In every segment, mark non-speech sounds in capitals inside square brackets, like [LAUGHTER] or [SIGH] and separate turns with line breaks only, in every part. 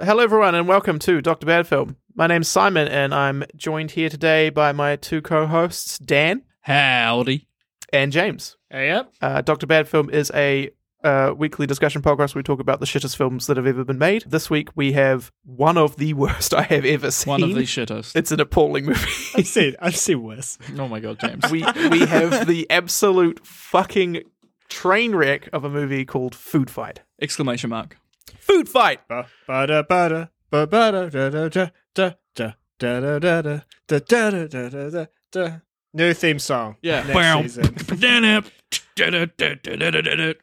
Hello, everyone, and welcome to Dr. Bad Film. My name's Simon, and I'm joined here today by my two co hosts, Dan
Howdy.
and James.
Yep.
Uh, Dr. Bad Film is a uh, weekly discussion podcast where we talk about the shittest films that have ever been made. This week, we have one of the [LAUGHS] worst I have ever seen.
One of the shittest.
it's an appalling movie. [LAUGHS]
I've seen I've seen worse.
oh my god, James.
we, we have the absolute fucking train wreck of a movie called Food Fight.
Exclamation mark.
Food Fight!
Ba ba da ba da ba ba da da da da da da da da da da da da da da da da da. New theme song.
Yeah.
Next
Wow. [LAUGHS]
season.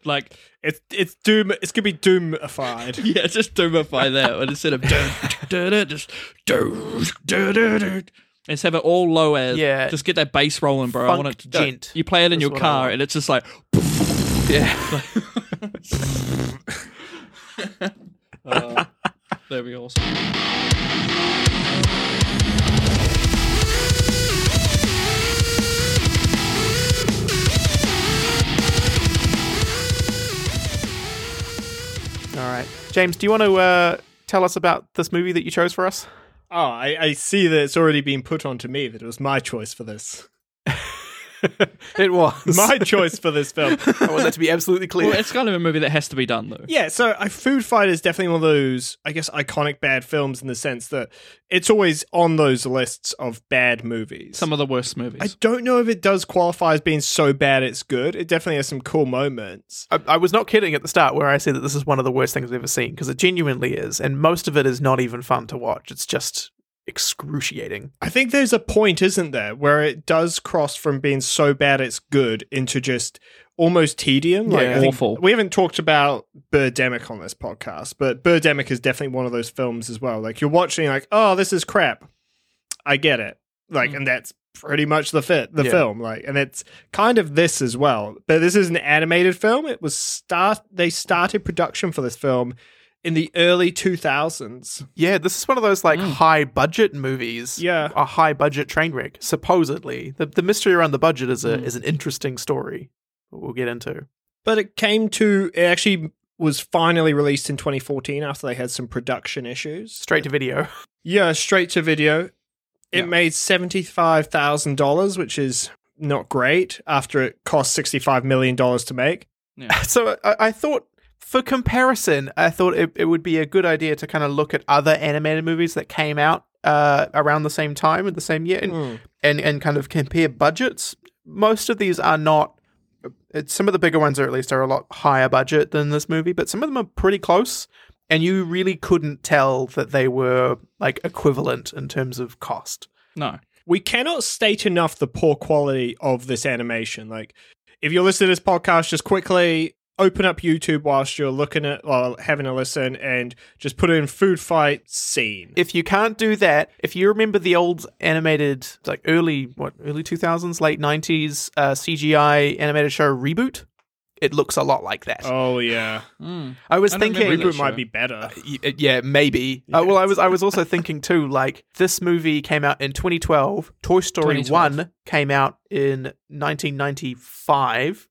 like,
It's it's doom it's gonna be doomified.
[LAUGHS] yeah, just doomify that. But [LAUGHS] instead of just Let's have it all low as.
Yeah.
Just get that bass rolling, bro. I
Funk
want it.
gent.
You play it in
That's
your
what I
car
want.
and it's just like. [LAUGHS]
Yeah. [LAUGHS]
Uh, that'd be awesome.
All right. James, do you want to uh, tell us about this movie that you chose for us?
Oh, I, I see that it's already been put onto me that it was my choice
[LAUGHS]
for this.
It [LAUGHS] was.
My choice for
[LAUGHS]
this film.
I want that to be absolutely clear.
Well, it's kind of a movie that has to be done, though.
Yeah, so I, Food Fight is definitely one of those, I guess, iconic bad films in the sense that it's always on those lists of bad movies.
Some of the worst
I
movies.
don't know if it does qualify as being so bad it's good. It definitely has some cool moments.
I, I was not kidding at the start where I said that this is one of the worst things I've ever seen because it genuinely is, and most of it is not even fun to watch. It's just excruciating.
I think there's a point, isn't there, where it does cross from being so bad it's good into just almost tedium. Like
Yeah.
I think-
Awful.
We haven't talked about Birdemic on this podcast, but Birdemic is definitely one of those films as well. Like you're watching, like, oh, this is crap. I get it. Like, and that's pretty much the fit the
Mm. Yeah.
film. Like, and it's kind of this as well. But this is an animated film. It was start they started production for this film in the early two thousands.
Yeah, this is one of those like high budget movies.
Yeah.
a high budget train wreck. Supposedly, the the mystery around the budget is a is an interesting story. that We'll get into.
but it came to it actually was finally released in 2014 after they had some production issues.
Straight to video.
Yeah, straight to video. It
Yeah.
made $75,000, which is not great after it cost $65 million to make.
so I, I thought, for comparison, I thought it, it would be a good idea to kind of look at other animated movies that came out uh, around the same time in the same year and, and and kind of compare budgets. Most of these are not. It's, some of the bigger ones, are at least, are a lot higher budget than this movie, but some of them are pretty close. And you really couldn't tell that they were like equivalent in terms of cost.
No.
We cannot state enough the poor quality of this animation. Like, if you're listening to this podcast, just quickly open up YouTube whilst you're looking at or having a listen and just put in food fight scene.
if you can't do that, if you remember the old animated, like early what, early two thousands, late nineties uh, CGI animated show reboot, it looks a lot like that.
oh, yeah.
Mm.
I was
I don't
thinking,
remember
Reboot might be better.
Y- yeah, maybe. Uh, well, I was I was also thinking too. Like this movie came out in 2012. Toy Story
2012.
One came out in 1995.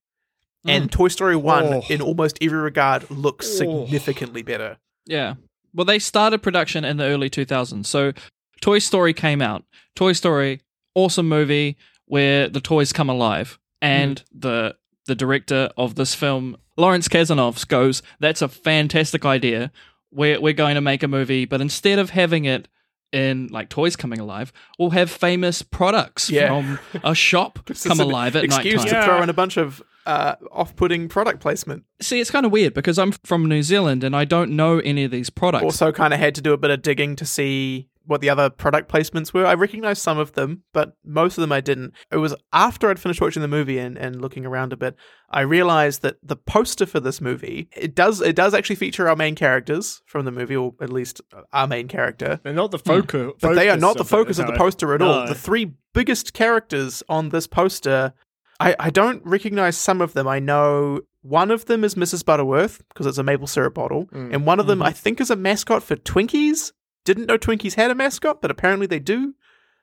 Hmm.
And Toy Story 1,
Oh.
in almost every regard, looks
Oh.
significantly better.
Yeah. Well, they started production in the early 2000s. So Toy Story came out. Toy Story, awesome movie where the toys come alive. And
Mm.
the the director of this film, Lawrence Kazanovs, goes, "That's a fantastic idea. We're we're going to make a movie, but instead of having it in like toys coming alive, we'll have famous products
Yeah.
from
[LAUGHS]
a shop
It's
come
just an
alive at night
Excuse
time.
to throw in a bunch of uh, off-putting product placement.
See, it's kind of weird because I'm from New Zealand and I don't know any of these products.
also kind of had to do a bit of digging to see what the other product placements were. I recognized some of them, but most of them I didn't. It was after I'd finished watching the movie and, and looking around a bit, I realized that the poster for this movie, it does it does actually feature our main characters from the movie, or at least our main character.
They're not the focus.
Hmm. But they are not the
it,
focus of
no.
the poster at all.
No.
The three biggest characters on this poster, I, I don't recognize some of them. I know one of them is Mrs. Butterworth because it's a maple syrup bottle,
Mm.
and one of them I think is a mascot for Twinkies. Didn't know Twinkies had a mascot, but apparently they do.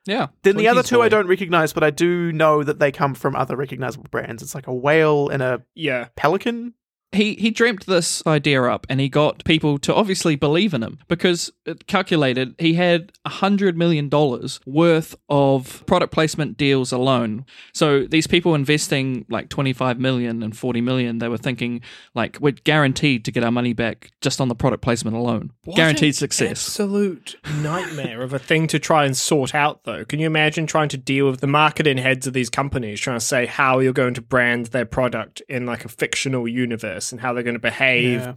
yeah.
Then the other
Twinkies
two I
boy.
don't recognize, but I do know that they come from other recognizable brands. It's like a whale and a
Yeah.
pelican.
he he dreamt this idea up and he got people to obviously believe in him because it calculated he had a hundred million dollars worth of product placement deals alone so these people investing like 25 million and 40 million they were thinking like we're guaranteed to get our money back just on the product placement alone guaranteed success
Absolute nightmare of a thing to try and sort out, though. Can you imagine trying to deal with the marketing heads of these companies trying to say how you're going to brand their product in like a fictional universe and how they're going to behave?
Yeah.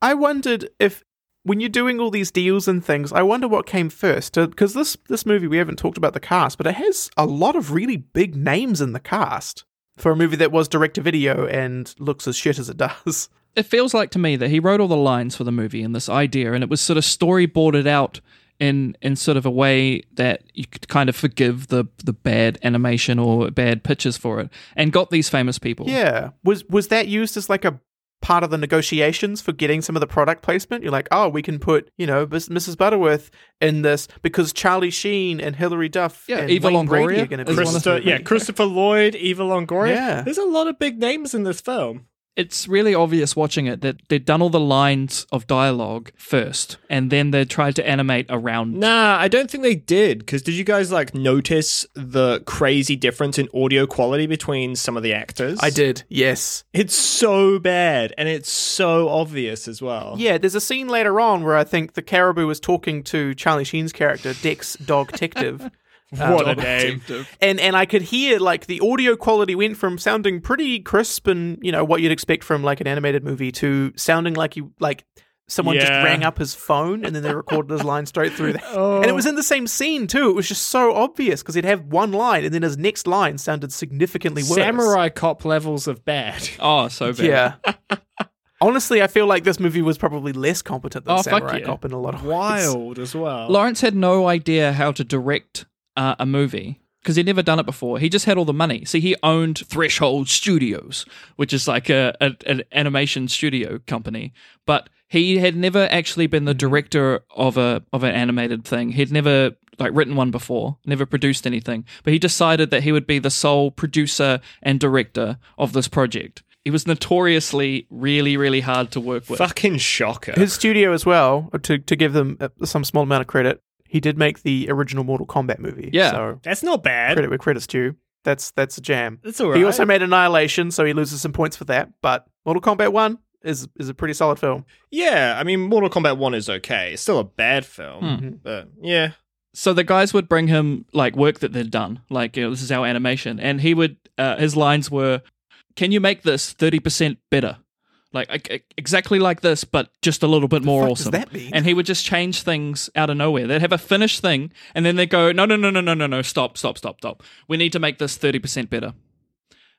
I wondered if when you're doing all these deals and things, I wonder what came first because this this movie we haven't talked about the cast, but it has a lot of really big names in the cast for a movie that was direct to video and looks as shit as it
[LAUGHS]
does.
it feels like to me that he wrote all the lines for the movie and this idea, and it was sort of storyboarded out in in sort of a way that you could kind of forgive the the bad animation or bad pictures for it, and got these famous people.
Yeah. Was was that used as like a part of the negotiations for getting some of the product placement? You're like, "Oh, we can put, you know, Miss- Mrs. Butterworth in this because Charlie Sheen and Hilary Duff
Yeah,
and
Eva
Wayne Brady
Longoria
are going to
is
be
one of
Christo-
the-
yeah, Christopher Lloyd, Eva Longoria.
Yeah.
There's a lot of big names in this film.
It's really obvious watching it that they'd done all the lines of dialogue first, and then they tried to animate around.
Nah, I don't think they did. Because did you guys like notice the crazy difference in audio quality between some of the actors?
I did. Yes.
It's so bad, and it's so obvious as well.
Yeah, there's a scene later on where I think the caribou is talking to Charlie Sheen's character, Dex Dog
[LAUGHS]
Detective.
What a name.
And and I could hear like the audio quality went from sounding pretty crisp and, you know, what you'd expect from like an animated movie to sounding like you like someone just
Yeah.
rang up his phone and then they recorded his line straight through
[LAUGHS]
that.
Oh.
And it was in the same scene too. It was just so obvious because he'd have one line and then his next line sounded significantly worse.
Samurai cop levels of bad.
Oh, so bad.
Yeah. [LAUGHS] Honestly, I feel like this movie was probably less competent than
Oh, fuck
Samurai
yeah.
Cop in a lot of ways.
[LAUGHS] Wild as well.
Lawrence had no idea how to direct uh, a movie because he'd never done it before. He just had all the money. See, he owned Threshold Studios, which is like a, a an animation studio company, but he had never actually been the director of a of an animated thing. He'd never like written one before, never produced anything, but he decided that he would be the sole producer and director of this project. He was notoriously really really hard to work with.
Fucking shocker.
his studio as well to to give them uh, some small amount of credit he did make the original mortal kombat movie
Yeah.
so
That's not bad.
credit where credit's due that's that's a jam
That's all right.
he also made annihilation so he loses some points for that but mortal kombat 1 is is a pretty solid film
yeah, I mean, Mortal Kombat 1 is okay. It's still a bad film. But yeah.
so the guys would bring him like work that they'd done like you know, this is our animation and he would uh, his lines were can you make this 30% better like e- e- exactly like this but just a little bit more
fuck does
awesome
that mean?
and he would just change things out of nowhere they'd have a finished thing and then they'd go no no no no no no no stop stop stop stop we need to make this 30% better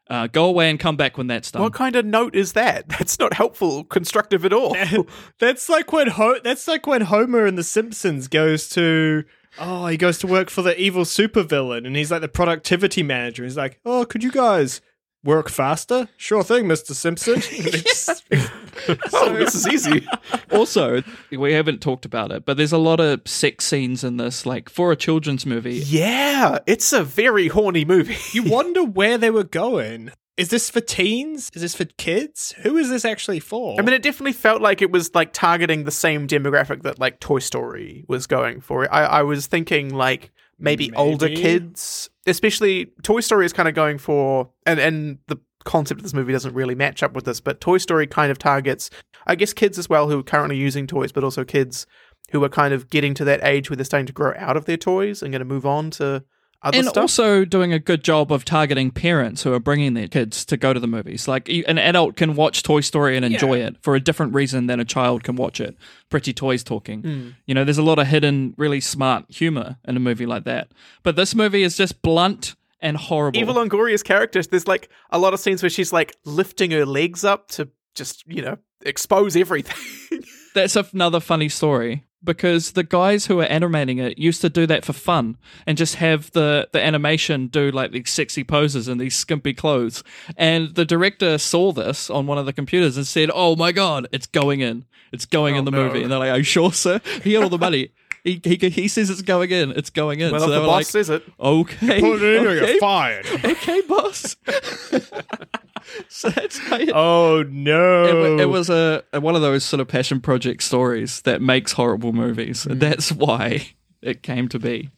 uh, go away and come back when that's done
what kind of note is that [LAUGHS] that's not helpful constructive at all
That's like when Ho- that's like when Homer in The Simpsons goes to oh he goes to work for the evil supervillain and he's like the productivity manager. He's like, oh, could you guys work faster? Sure thing, Mister Simpson. [LAUGHS]
[LAUGHS]
oh this is easy
also we haven't talked about it but there's a lot of sex scenes in this like for a children's movie
yeah it's a very horny movie
You wonder where they were going. Is this for teens? Is this for kids? Who is this actually for?
I
[LAUGHS]
mean, it definitely felt like it was like targeting the same demographic that like Toy Story was going for. I, I was thinking like maybe,
Maybe.
older kids, especially Toy Story is kind of going for, and and the concept of this movie doesn't really match up with this, but Toy Story kind of targets, I guess, kids as well who are currently using toys, but also kids who are kind of getting to that age where they're starting to grow out of their toys and going to move on to other
and
stuff.
also doing a good job of targeting parents who are bringing their kids to go to the movies. Like you- an adult can watch Toy Story and enjoy it for a different reason than a child can watch it. Pretty toys talking.
Hmm.
You know, there's a lot of hidden, really smart humor in a movie like that. But this movie is just blunt and horrible.
Eva Longoria's character, there's like a lot of scenes where she's like lifting her legs up to just, you know, expose everything.
That's another funny story because the guys who are animating it used to do that for fun and just have the, the animation do like these sexy poses and these skimpy clothes. And the director saw this on one of the computers and said, Oh my God, it's going in. It's going
Oh,
in the movie. And they're like, Are you sure, sir? He had all the money. He, he, he says it's going in. It's going in.
well,
so
if
they
the
were
boss
like,
says it.
[LAUGHS] okay,
Put it in or
okay,
you're fired.
okay, boss. [LAUGHS] so that's how you-
Oh no!
it, wa-
Oh.
it was a, a- one of those sort of passion project stories that makes horrible movies.
Mm.
That's why it came to be.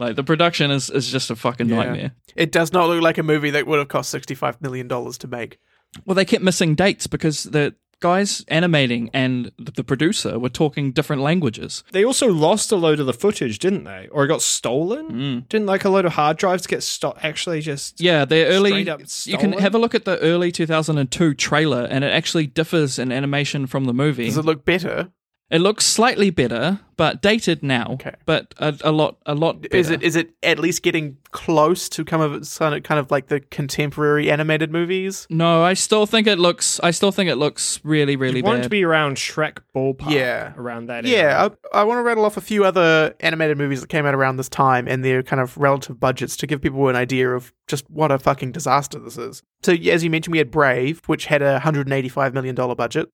Like the production is, is just a fucking nightmare.
It does not look like a movie that would have cost $65 million to make.
Well, they kept missing dates because the guys animating and th- the producer were talking different languages.
They also lost a load of the footage, didn't they? Or it got stolen?
Mm.
Didn't like a load of hard drives get sto- actually just
Yeah, the early.
Straight up
You can
stolen?
have a look at the early 2002 trailer, and it actually differs in animation from the movie.
Does it look better?
It looks slightly better, but dated now.
Okay.
But a, a lot, a lot. Better.
Is it is it at least getting close to kind of kind of- kind of like the contemporary animated movies?
No, I still think it looks. I still think it looks really, really
wanted
bad.
to be around Shrek ballpark.
Yeah.
around that. area.
Yeah, I, I want to rattle off a few other animated movies that came out around this time and their kind of relative budgets to give people an idea of just what a fucking disaster this is. So, yeah, as you mentioned, we had Brave, which had a $185 million budget.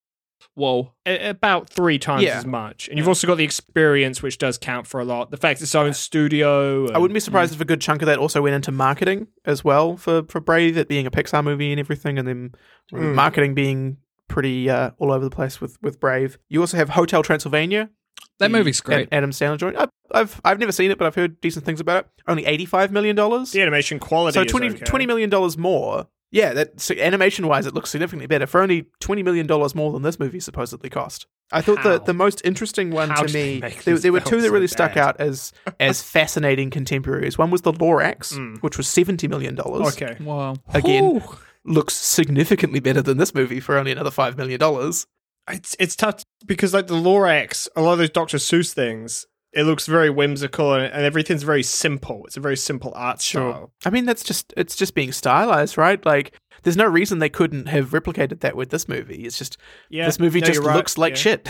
Whoa.
A- about three times
Yeah.
as much. And you've also got the experience, which does count for a lot. The fact it's own studio.
I
and-
wouldn't be surprised if a good chunk of that also went into marketing as well for, for Brave, it being a Pixar movie and everything, and then
Mm.
marketing being pretty uh, all over the place with, with Brave. You also have Hotel Transylvania.
That
the
movie's great.
Ad- Adam Sandler joint. I've, I've I've never seen it, but I've heard decent things about it. Only $85 million.
the animation quality.
so
is
20,
okay.
$20 million dollars more. Yeah, that so animation wise, it looks significantly better for only $20 million dollars more than this movie supposedly cost. I thought
How?
the, the most interesting one
How
to
did they
me,
make
there,
these
there were two
films
that
so
really stuck
bad?
out
[LAUGHS]
as as fascinating contemporaries. One was The Lorax, which was $70 million. dollars.
Hmm. Okay.
Wow.
Again, looks significantly better than this movie for only another $5 million. dollars.
It's it's tough because like the Lorax, a lot of those Dr. Seuss things, it looks very whimsical and, and everything's very simple. It's a very simple art style.
I mean, that's just it's just being stylized, right? Like, there's no reason they couldn't have replicated that with this movie. It's just
Yeah,
this movie
no,
just
you're right.
looks like
Yeah.
shit.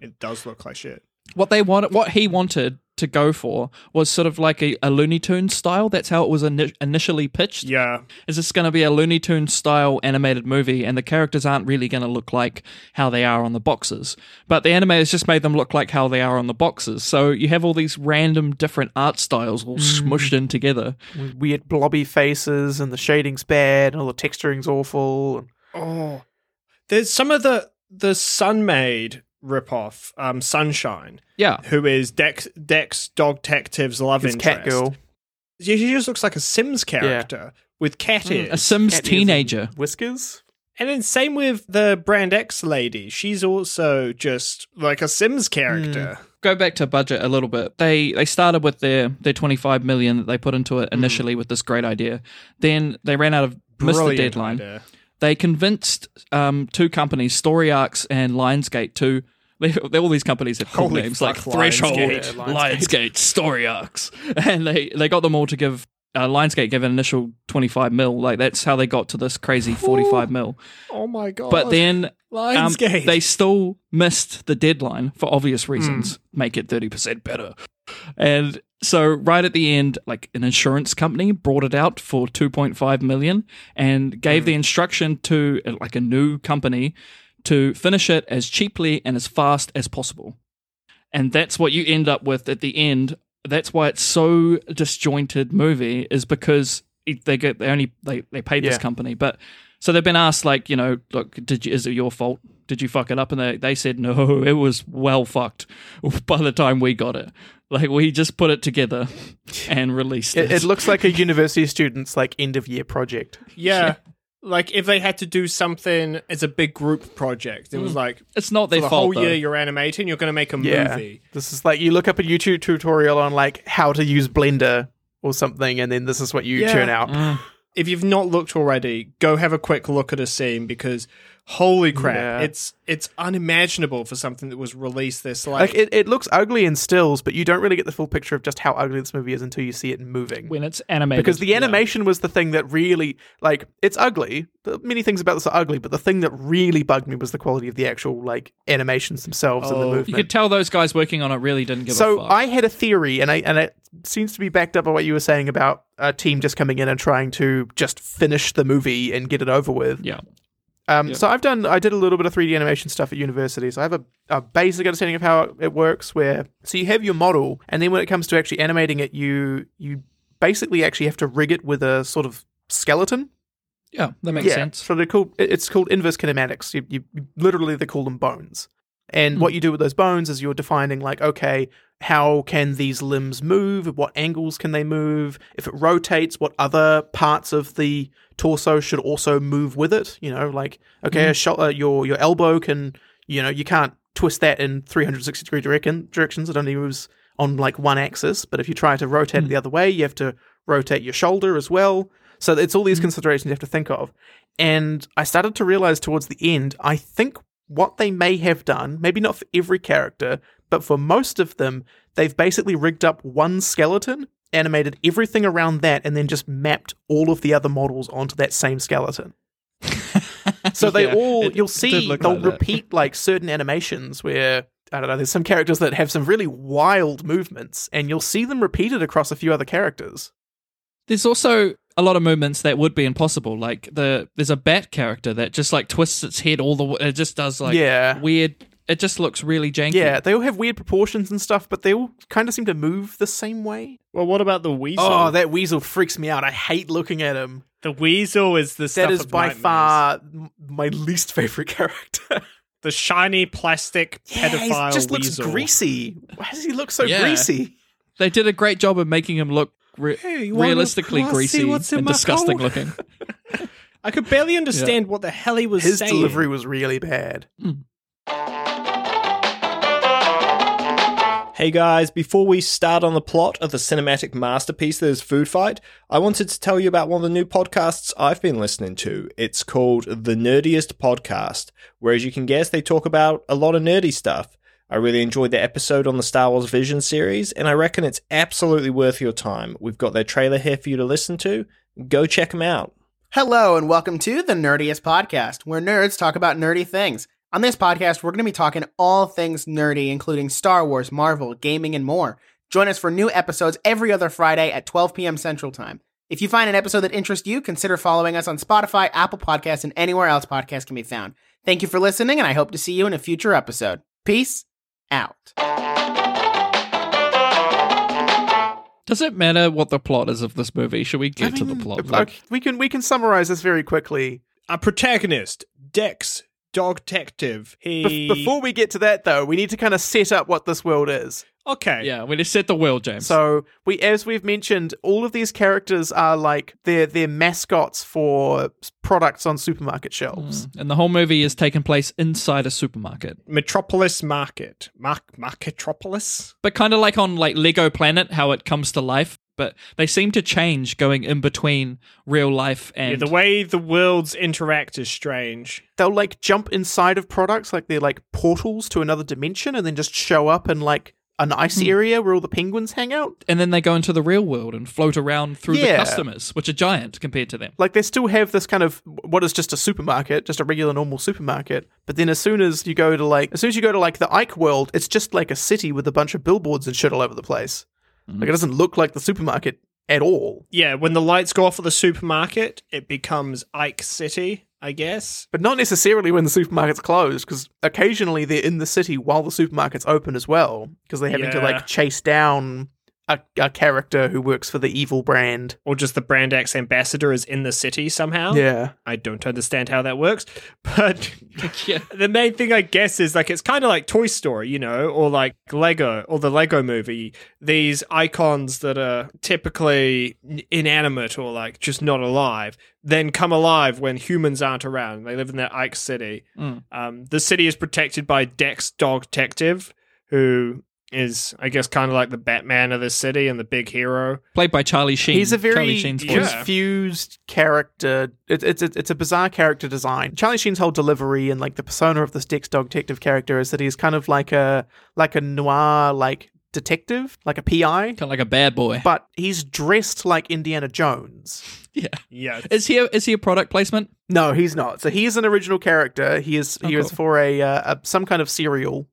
It does look like shit.
What they wanted, what he wanted to go for was sort of like a, a Looney Tunes style. That's how it was ini- initially pitched.
Yeah,
Is this going to be a Looney Tunes style animated movie? And the characters aren't really going to look like how they are on the boxes. But the animators just made them look like how they are on the boxes. So you have all these random different art styles all
Mm.
smushed in together.
with weird blobby faces and the shading's bad and all the texturing's awful.
Oh, there's some of the the Sunmade ripoff, um, Sunshine,
Yeah.
who is Dex Dex Dog Tective's love
It's
interest.
cat girl,
She she just looks like a Sims character with cat ears.
Hmm, A Sims
Cat ears and
teenager.
whiskers.
and then same with the Brand X lady. She's also just like a Sims character.
go back to budget a little bit. They they started with their their 25 million that they put into
Hmm.
it initially with this great idea. Then they ran out of missed the
Brilliant
deadline.
idea.
They convinced um, two companies, Story Arcs and Lionsgate, to [LAUGHS] they, they- all these companies had cool
Holy
names
fuck,
like Threshold,
Lionsgate.
Yeah,
Lionsgate. Story Arcs, [LAUGHS] and they they got them all to give. Uh, Lionsgate gave an initial 25 mil. Like that's how they got to this crazy 45 mil.
Oh my god!
But then um,
Lionsgate.
they still missed the deadline for obvious reasons. Make it 30% better. And so right at the end, like an insurance company brought it out for 2.5 million and gave the instruction to uh, like a new company to finish it as cheaply and as fast as possible. And that's what you end up with at the end. That's why it's so disjointed movie is because it- they get they only they, they paid this
Yeah.
company, but so they've been asked like you know look did you is it your fault did you fuck it up and they they said no [LAUGHS] it was well fucked [LAUGHS] by the time we got it like we just put it
[LAUGHS]
together and released
It,
it.
it looks like a university student's like end of year project.
yeah. Like if they had to do something as a big group project, it was
Hmm.
like
it's not their
for the
fault
whole
though.
year you're animating, you're going to make a
Yeah,
movie.
this is like you look up a YouTube tutorial on like how to use Blender or something, and then this is what you
Yeah.
turn out.
If you've not looked already, go have a quick look at a scene because holy crap,
Yeah.
it's it's unimaginable for something that was released this like,
Like it, it looks ugly in stills, but you don't really get the full picture of just how ugly this movie is until you see it moving.
when it's animated
because the animation was the thing that really like it's ugly The- many things about this are ugly but the thing that really bugged me was the quality of the actual like animations themselves and the
Oh. You
you
movement
could tell those guys working on it really didn't give a
so
fuck
i had a theory and i and it seems to be backed up by what you were saying about a team just coming in and trying to just finish the movie and get it over with
yeah
um, So I've done, I did a little bit of 3D animation stuff at university. So I have a, a basic understanding of how it works. Where so you have your model, and then when it comes to actually animating it, you you basically actually have to rig it with a sort of skeleton.
Yeah, that makes
yeah.
sense.
So they're called. it- It's called inverse kinematics. You, you you- literally they call them bones. And what you do with those bones is you're defining like, okay, how can these limbs move? At What angles can they move? If it rotates, what other parts of the torso should also move with it? You know, like okay, a shou- uh, your your elbow can, you know, you can't twist that in 360 degree direction, directions. It only moves on like one axis. But if you try to rotate it the other way, you have to rotate your shoulder as well. So it's all these considerations you have to think of. And I started to realize towards the end, I think what they may have done, maybe not for every character, but for most of them, they've basically rigged up one skeleton, animated everything around that, and then just mapped all of the other models onto that same [LAUGHS] skeleton. so they
Yeah,
all,
it-
you'll
it did
see,
look
they'll
like that.
repeat like certain animations where. I don't know. There's some characters that have some really wild movements, and you'll see them repeated across a few other characters.
There's also a lot of movements that would be impossible. Like the there's a bat character that just like twists its head all the way. It just does like
yeah,
weird. It just looks really janky.
Yeah, they all have weird proportions and stuff, but they all kind of seem to move the same way.
Well, what about the weasel?
Oh, that weasel freaks me out. I hate looking at him.
the weasel is the stuff
that is
of
by
nightmares.
far m- my least favorite [LAUGHS] character.
the shiny plastic
yeah, he
pedophile
just looks
weasel.
greasy. Why does he look so
Yeah.
greasy?
They did a great job of making him look re-
Hey, you wanna-
realistically
wanna see
greasy
what's in
and
my
disgusting
hole?
looking. [LAUGHS]
I could barely understand what the hell he was
His
saying.
delivery was really bad.
Hey guys, before we start on the plot of the cinematic masterpiece that is Food Fight, I wanted to tell you about one of the new podcasts I've been listening to. It's called The Nerdiest Podcast, where, as you can guess, they talk about a lot of nerdy stuff. I really enjoyed the episode on the Star Wars Vision series, and I reckon it's absolutely worth your time. We've got their trailer here for you to listen to. Go check them out.
Hello, and welcome to the Nerdiest Podcast, where nerds talk about nerdy things. On this podcast, we're going to be talking all things nerdy, including Star Wars, Marvel, gaming, and more. Join us for new episodes every other Friday at 12 p.m. Central Time. If you find an episode that interests you, consider following us on Spotify, Apple Podcasts, and anywhere else podcasts can be found. Thank you for listening, and I hope to see you in a future episode. Peace out.
Does it matter what the plot is of this movie? Should we get
I
to the
mean,
plot?
okay,
Like,
we can we can summarize this very quickly.
Our protagonist, Dex, dog detective. He
Bef- before we get to that, though, we need to kind of set up what this world is.
okay,
yeah, we just set the world, James.
So we, as we've mentioned, all of these characters are like they're they're mascots for s- products on supermarket shelves.
and the whole movie is taking place inside a supermarket,
Metropolis Market, Mark Marketropolis.
but kind of like on like Lego Planet, how it comes to life. But they seem to change going in between real life and
Yeah, the way the worlds interact is strange.
They'll like jump inside of products, like they're like portals to another dimension, and then just show up in like an ice area where all the penguins hang out.
and then they go into the real world and float around through
Yeah.
the customers, which are giant compared to them.
Like they still have this kind of what is just a supermarket, just a regular normal supermarket. But then as soon as you go to like as soon as you go to like the Ike world, it's just like a city with a bunch of billboards and shit all over the place. Like it doesn't look like the supermarket at all.
Yeah, when the lights go off at the supermarket, it becomes Ike City, I guess.
But not necessarily when the supermarket's closed, because occasionally they're in the city while the supermarket's open as well, because they're having to
Yeah.
like chase down a, a character who works for the evil brand.
Or just the Brand X ambassador is in the city
Oh.
somehow.
Yeah.
I don't understand how that works. [LAUGHS] But
[LAUGHS] yeah.
the main thing, I guess, is like it's kind of like Toy Story, you know, or like Lego or the Lego movie. These icons that are typically n- inanimate or like just not alive then come alive when humans aren't around. They live in their Ike City.
Mm.
Um, the city is protected by Dex Dog Detective, who is, I guess, kind of like the Batman of this city and the big hero.
Played by Charlie Sheen.
He's a
Charlie
very
Sheen's voice.
yeah.
confused character. It's it's it's it's a bizarre character design. Charlie Sheen's whole delivery and like the persona of this Dex Dog Detective character is that he's kind of like a like a noir like detective, like a PI,
Kind of like a bad boy.
but he's dressed like Indiana Jones.
[LAUGHS] yeah.
Yeah.
Is he a, is he a product placement?
No, he's not. So he is an original character. He is he
Oh,
is
cool.
for a, uh, a some kind of cereal.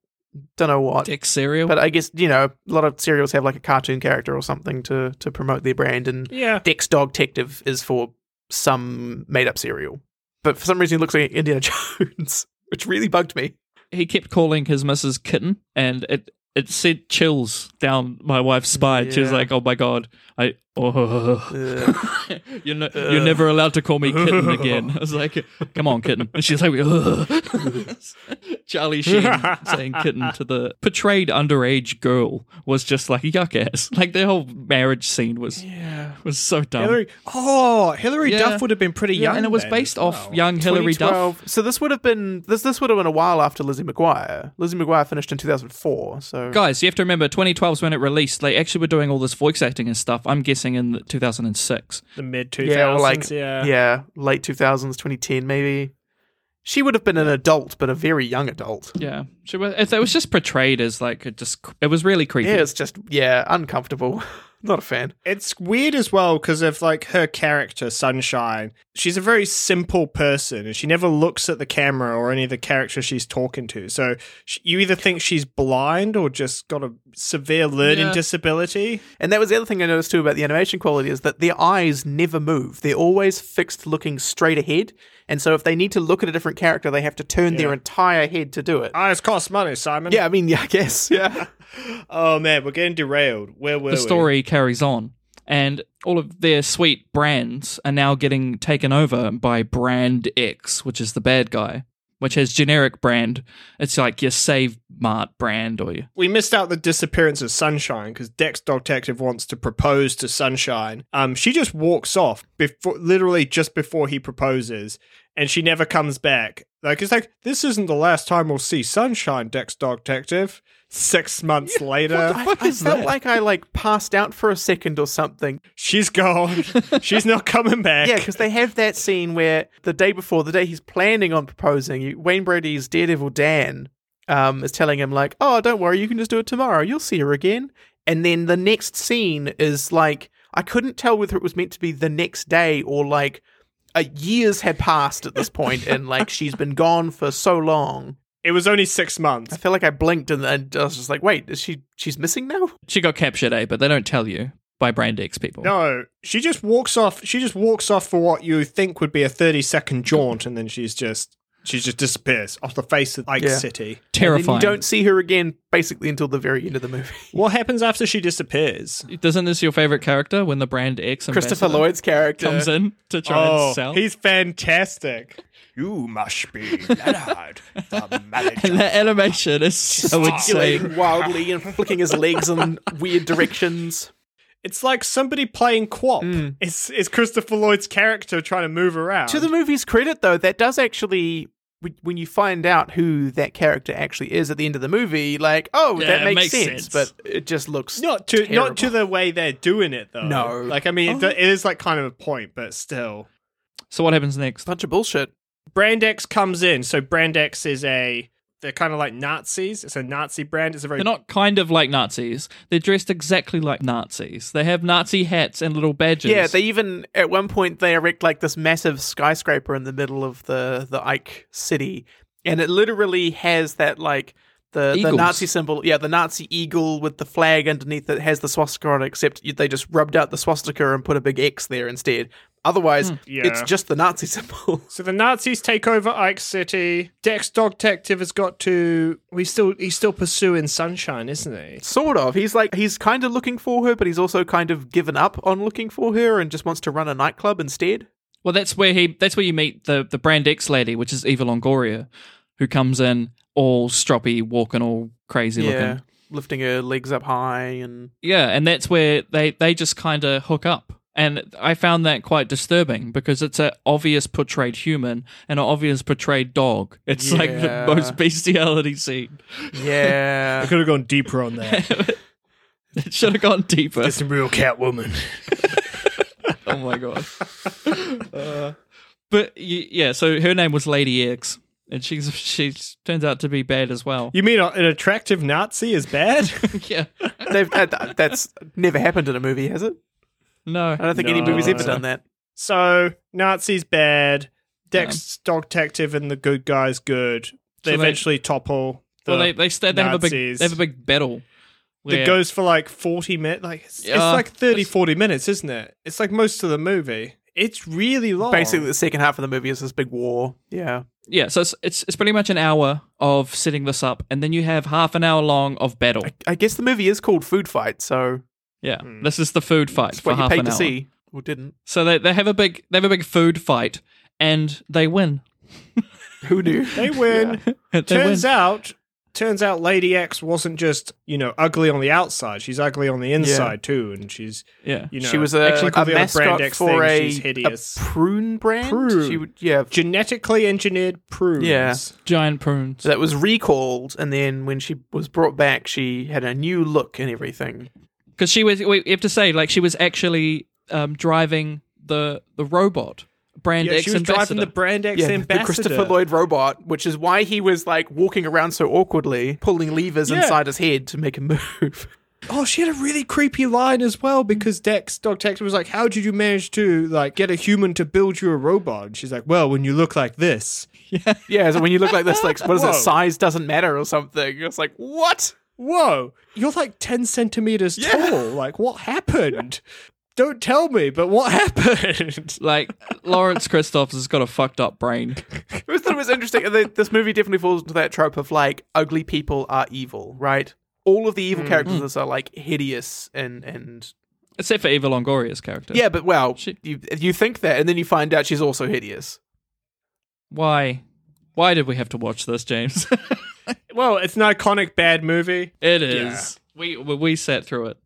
Don't know what.
Dick cereal.
But I guess you know a lot of cereals have like a cartoon character or something to to promote their brand. And
Yeah.
Dex Dog Detective is for some made up cereal. But for some reason, he looks like Indiana [LAUGHS] Jones, which really bugged me.
he kept calling his missus kitten and it it sent chills down my wife's spine. She was
Yeah.
like, "Oh my god, I Oh, [LAUGHS]
[LAUGHS]
you're, no,
Uh.
you're never allowed to call me
[LAUGHS]
kitten again. I was like, come on, kitten. And she's like, "Ugh." [LAUGHS] Charlie
[LAUGHS]
Sheen saying kitten to the portrayed underage girl was just like yuck ass. [LAUGHS] Like their whole marriage scene was
Yeah.
was so dumb.
Hillary, oh, Hillary
Yeah.
Duff would have been pretty
yeah,
young,
and it was
then Oh.
based
as
off
well.
young Hillary Duff.
2012. So this would have been this this would have been a while after Lizzie McGuire. Lizzie McGuire finished in 2004. So
Guys, you have to remember 2012 is when it released. They actually were doing all this voice acting and stuff. I'm guessing in 2006.
the mid two
yeah, or like
thousands. Yeah,
yeah, late 2000s, 2010 maybe. She would have been an adult, but a very young adult.
Yeah, she was. uh, It was just portrayed as like it just. It was really creepy.
Yeah, it's just yeah, uncomfortable. [LAUGHS] Not a fan.
It's weird as well because of like her character Sunshine. She's a very simple person, and she never looks at the camera or any of the characters she's talking to. So sh you either think she's blind or just got a severe learning
Yeah.
disability.
And that was the other thing I noticed too about the animation quality is that their eyes never move. They're always fixed looking straight ahead. And so if they need to look at a different character, they have to turn their entire head to do it.
Eyes Ah, cost money, Simon.
yeah, I mean, yeah, I guess. Yeah.
Oh man, we're getting derailed. Where were
the
we?
story carries on, and all of their sweet brands are now getting taken over by Brand X, which is the bad guy, which has generic brand. It's like your Save Mart brand or your
we missed out the disappearance of Sunshine because Dex Detective wants to propose to Sunshine. Um, she just walks off before, literally just before he proposes, and she never comes back. Like it's like this isn't the last time we'll see Sunshine, Dex Detective.
[LAUGHS]
Six months later,
I, I felt like I like passed out for a second or something. [LAUGHS]
she's gone. she's not coming back.
Yeah, because they have that scene where the day before, the day he's planning on proposing, you, Wayne Brady's Daredevil Dan um, is telling him like, "Oh, don't worry, you can just do it tomorrow. You'll see her again." And then the next scene is like, I couldn't tell whether it was meant to be the next day or like. Uh, years had passed at this point, and like she's been gone for so long.
it was only six months.
I feel like I blinked, and then I was just like, "Wait, is she? She's missing now?"
she got captured, eh? But they don't tell you by Brand X people.
No, she just walks off. She just walks off for what you think would be a thirty-second jaunt, and then she's just she just disappears off the face of Lake
Yeah.
City.
And then
terrifying.
you don't see her again basically until the very end of the movie.
What happens after she disappears?
Doesn't this your favorite character when the Brand X
Christopher uh,
ambassador
Lloyd's character
comes in to try and sell?
oh, he's fantastic. You must be Leonard,
[LAUGHS]
the
[LAUGHS] And
manager.
the animation is so insane.
gesticulating wildly and flicking his legs in weird directions.
It's like somebody playing Quap.
Hmm.
It's, it's Christopher Lloyd's character trying to move around.
To the movie's credit, though, that does actually. when- When you find out who that character actually is at the end of the movie, like, oh,
Yeah,
that
it
makes,
makes
sense,
sense.
but it just looks
not to
terrible.
not to the way they're doing it though.
No.
like I
Oh.
mean, it, it is like kind of a point, but still.
So what happens next?
bunch of bullshit.
Brand X comes in. So Brand X is a they're kind of like Nazis. It's a Nazi brand. It's a very
They're not kind of like Nazis. They're dressed exactly like Nazis. They have Nazi hats and little badges.
Yeah, they even at one point they erect like this massive skyscraper in the middle of the the Ike city, and it literally has that like the the
Eagles.
Nazi symbol. Yeah, the Nazi eagle with the flag underneath it has the swastika on it. Except you- they just rubbed out the swastika and put a big X there instead. Otherwise, it's
Yeah.
just the Nazi [LAUGHS] symbol.
So the Nazis take over Ike City. Dex Dog Detective has got to. We still he's still pursuing Sunshine, isn't he?
sort of. He's like he's kind of looking for her, but he's also kind of given up on looking for her and just wants to run a nightclub instead.
Well, that's where he. That's where you meet the the Brand X lady, which is Eva Longoria, who comes in all stroppy, walking all crazy looking.
lifting her legs up high and
Yeah, and that's where they they just kind of hook up. And I found that quite disturbing because it's an obvious portrayed human and an obvious portrayed dog. It's like the
Yeah.
most bestiality scene.
[LAUGHS]
yeah.
could have gone deeper on that.
It should have gone deeper.
some real Catwoman.
oh my god. Uh, but y- yeah, so her name was Lady X, and she's she turns out to be bad as well.
You mean a- an attractive Nazi is bad?
[LAUGHS] yeah.
They've, uh, th- that's never happened in a movie, has it? I
No.
don't think any movie's ever
No.
done that.
so Nazis bad. Dex Dog Detective and the good guys good. They
So they-
eventually topple. The,
well, they they sta- they have a big
Nazis.
they have a big battle.
It
where-
goes for like 40 minutes. Like it's, it's
Yeah.
like 30,
It's-
40 minutes, isn't it? It's like most of the movie. It's really long.
Basically, the second half of the movie is this big war. Yeah.
yeah, so it's, it's it's pretty much an hour of setting this up, and then you have half an hour long of battle.
I guess the movie is called Food Fight, so
Yeah,
Hmm.
this is the food fight
It's
for
what you
half
paid
an
to
hour.
see or didn't.
So they, they have a big they have a big food fight and they win.
Who knew? [LAUGHS]
They win.
they
Turns
win.
out, turns out, Lady X wasn't just you know ugly on the outside. She's ugly on the inside too, and she's
yeah.
you know
she was a,
actually
a
called the other
mascot
brand X
for
thing,
a,
she's
a
hideous.
prune brand.
Prune.
She would, yeah,
genetically engineered prunes.
Yeah.
Giant prunes.
So that was recalled, and then when she was brought back, she had a new look and everything.
because she was we have to say like she was actually um, driving the the robot brand
Yeah,
X
she was driving
ambassador.
the brand X ambassador.
the Christopher Lloyd robot, which is why he was like walking around so awkwardly, pulling levers
Yeah.
inside his head to make him move.
Oh, she had a really creepy line as well because Dex, Dog Tex, was like, "How did you manage to like get a human to build you a robot?" And she's like, "Well, when you look like this,
yeah, so when you look like this, like what is [LAUGHS]
Whoa.
it? Size doesn't matter or something. It's like what?
whoa, you're like ten centimeters tall. Like, what happened? Don't tell me, but what happened?"
like Lawrence Christophs has got a fucked up brain.
I always thought it was interesting. and they- this movie definitely falls into that trope of like ugly people are evil, right? All of the evil characters in this are like hideous and and
Except for Eva Longoria's character.
yeah, but well,
She-
you you think that, and then you find out she's also hideous.
Why? Why did we have to watch this, James?
[LAUGHS]
[LAUGHS]
well, it's an iconic bad movie.
it is. We We we sat through it.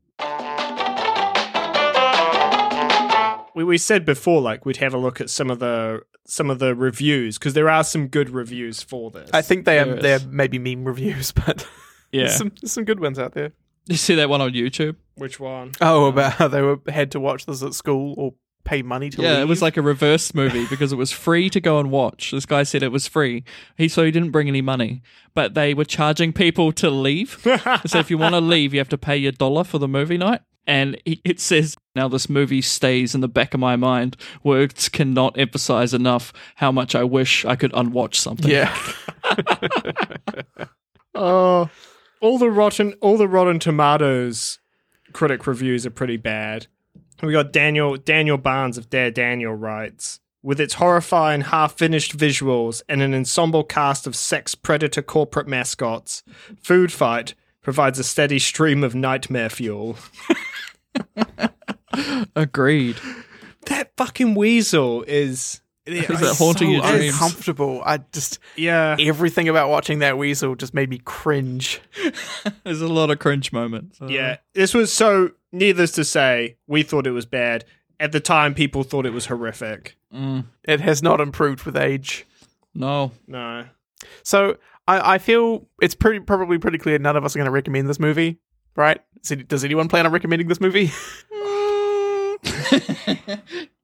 we, we said before like we'd have a look at some of the some of the reviews because there are some good reviews for this.
I think they are
Yes.
they are maybe meme reviews, [LAUGHS] but
Yeah.
there's some there's some good ones out there.
you see that one on YouTube?
which one?
Oh, about how they were had to watch this at school or pay money to
Yeah,
leave.
it was like a reverse movie because it was free to go and watch. This guy said it was free. He so he didn't bring any money, but they were charging people to leave. so if you want to leave, you have to pay your dollar for the movie night. And he- it says now this movie stays in the back of my mind. Words cannot emphasize enough how much I wish I could unwatch something.
yeah.
Oh, all the rotten all the Rotten Tomatoes critic reviews are pretty bad. We got Daniel Daniel Barnes of Dare Daniel writes. With its horrifying, half finished visuals and an ensemble cast of sex predator corporate mascots, Food Fight provides a steady stream of nightmare fuel.
agreed.
That fucking weasel is. Is
it haunting your dreams?
Oh, Uncomfortable. I just
Yeah.
everything about watching that weasel just made me cringe.
There's a lot of cringe moments.
Yeah. This was so, needless to say, we thought it was bad. At the time, people thought it was horrific.
Mm,
It has not improved with age.
no,
No.
So I, I feel it's pretty probably pretty clear none of us are going to recommend this movie, right? So does anyone plan on recommending this movie? [LAUGHS]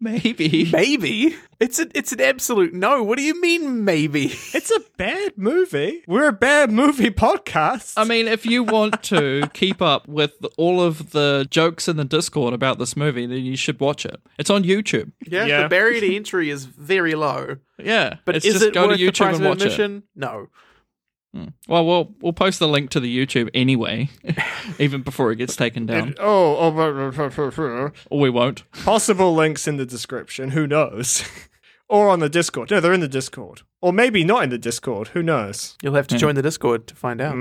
maybe.
maybe it's a, it's an absolute no. What do you mean maybe?
It's a bad movie. We're a bad movie podcast.
Um,
I mean, if you want to keep up with all of the jokes in the Discord about this movie, then you should watch it. It's on YouTube.
Yeah, [LAUGHS]
Yeah.
the barrier to entry is very low.
Yeah,
But
it's
is
just
it
go
worth
to
the
YouTube
price
and
of
watch it.
admission? No.
Well, we'll we'll post the link to the YouTube anyway, [LAUGHS] even before it gets taken down.
oh, oh, blah, blah, blah,
uh,
blah.
Or we won't.
possible links in the description. Who knows? [LAUGHS] or on the Discord. No, they're in the Discord. Or maybe not in the Discord. Who knows?
You'll have to
Yeah.
join the Discord to find out.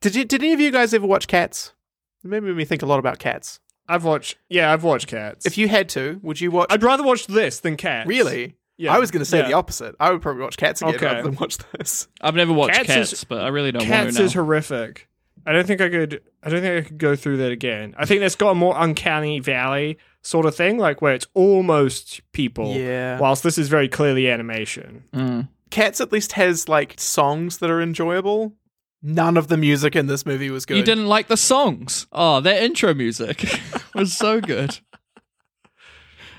did you? Did any of you guys ever watch Cats? It made me think a lot about cats.
I've watched. Yeah, I've watched Cats.
If you had to, would you watch?
I'd rather watch this than Cats.
really?
Yeah.
I was going to say
Yeah.
the opposite. I would probably watch Cats again
Okay.
rather than watch this.
I've never watched Cats,
Cats is-
but I really don't want
Cats
to now.
is horrific. I don't think I could. I don't think I could go through that again. I think that's got a more uncanny valley sort of thing, like where it's almost people.
Yeah.
Whilst this is very clearly animation.
Mm.
Cats at least has like songs that are enjoyable. None of the music in this movie was good.
You didn't like the songs. Oh, their intro music [LAUGHS] was so good.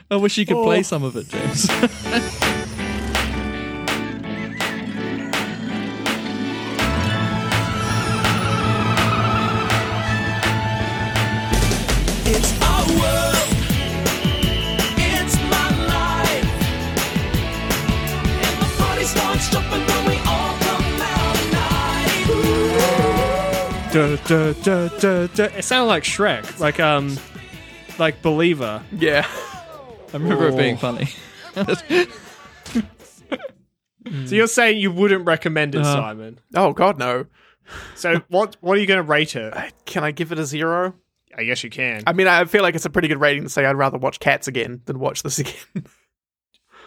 I wish you could play some of it, James. [LAUGHS]
It's our world. It's my life. And the party's non-stop and then we all come out at night.
Duh, duh, duh, duh, duh. It sounded like Shrek, like um, like Believer.
Yeah.
I remember it being funny.
Hmm.
So you're saying you wouldn't recommend
Uh-huh.
it, Simon?
Oh God, no.
So what? What are you going to rate it?
Can I give it a zero?
I guess you can.
I mean, I feel like it's a pretty good rating to say I'd rather watch Cats again than watch this [LAUGHS] again.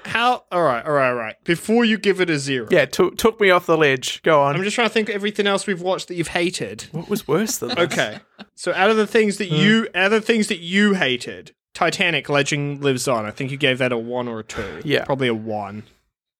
How? All right, all right, all right. Before you give it a zero,
yeah, took took me off the ledge. Go on.
I'm just trying to think of everything else we've watched that
[LAUGHS]
you've hated.
what was worse than this?
Okay, so out of the things
Hmm.
that you, out of the things that you hated, Titanic: Legend Lives On. I think you gave that a one or a two.
Yeah.
probably a one.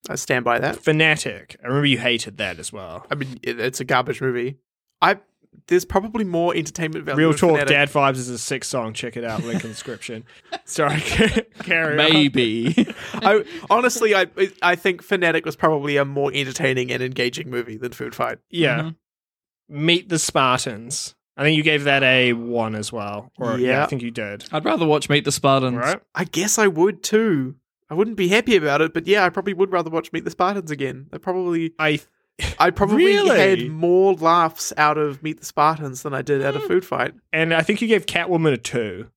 I stand by that.
Fanatic. I remember you hated that as well.
I mean, it, it's a garbage movie. I there's probably more entertainment value.
Real
in
Talk
Fanatic.
Dad Vibes is a six song. Check it out. Link in description. Sorry, [LAUGHS] carry on.
Maybe.
I honestly, I I think Fanatic was probably a more entertaining and engaging movie than Food Fight.
Yeah.
Mm-hmm.
Meet the Spartans. I think you gave that a one as well. Or yeah,
Yeah.
I think you did.
[LAUGHS] I'd rather watch Meet the Spartans.
Right?
I guess I would too. I wouldn't be happy about it, but yeah, I probably would rather watch Meet the Spartans again. I probably,
I
I probably
Really?
had more laughs out of Meet the Spartans than I did out of Food Fight.
and I think you gave Catwoman a two.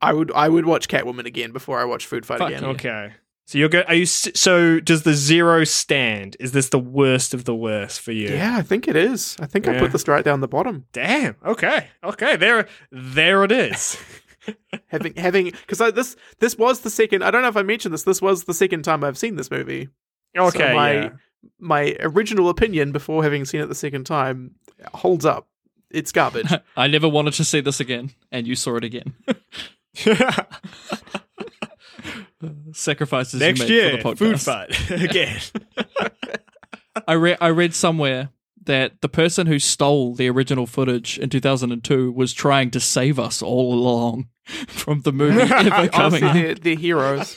I would, I would watch Catwoman again before I watch Food Fight
Fuck
again.
Yeah.
Okay. So you're good. Are you s- so? Does the zero stand? Is this the worst of the worst for you?
Yeah. I think it is. I think I
Yeah.
put this right down the bottom.
Damn. Okay. Okay. There. There it is.
Having, having, because this, this was the second. I don't know if I mentioned this. This was the second time I've seen this movie.
okay.
So my
yeah. [LAUGHS]
my original opinion before having seen it the second time holds up. It's
[LAUGHS]
garbage.
I never wanted to see this again, and you saw it again. [LAUGHS] Sacrifices you
Next
made
year,
for the podcast.
food fight [LAUGHS] again.
I read I read somewhere that the person who stole the original footage in 2002 was trying to save us all along [LAUGHS] from the
[LAUGHS]
movie ever coming.
Honestly,
out.
they're, they're
[LAUGHS]
heroes.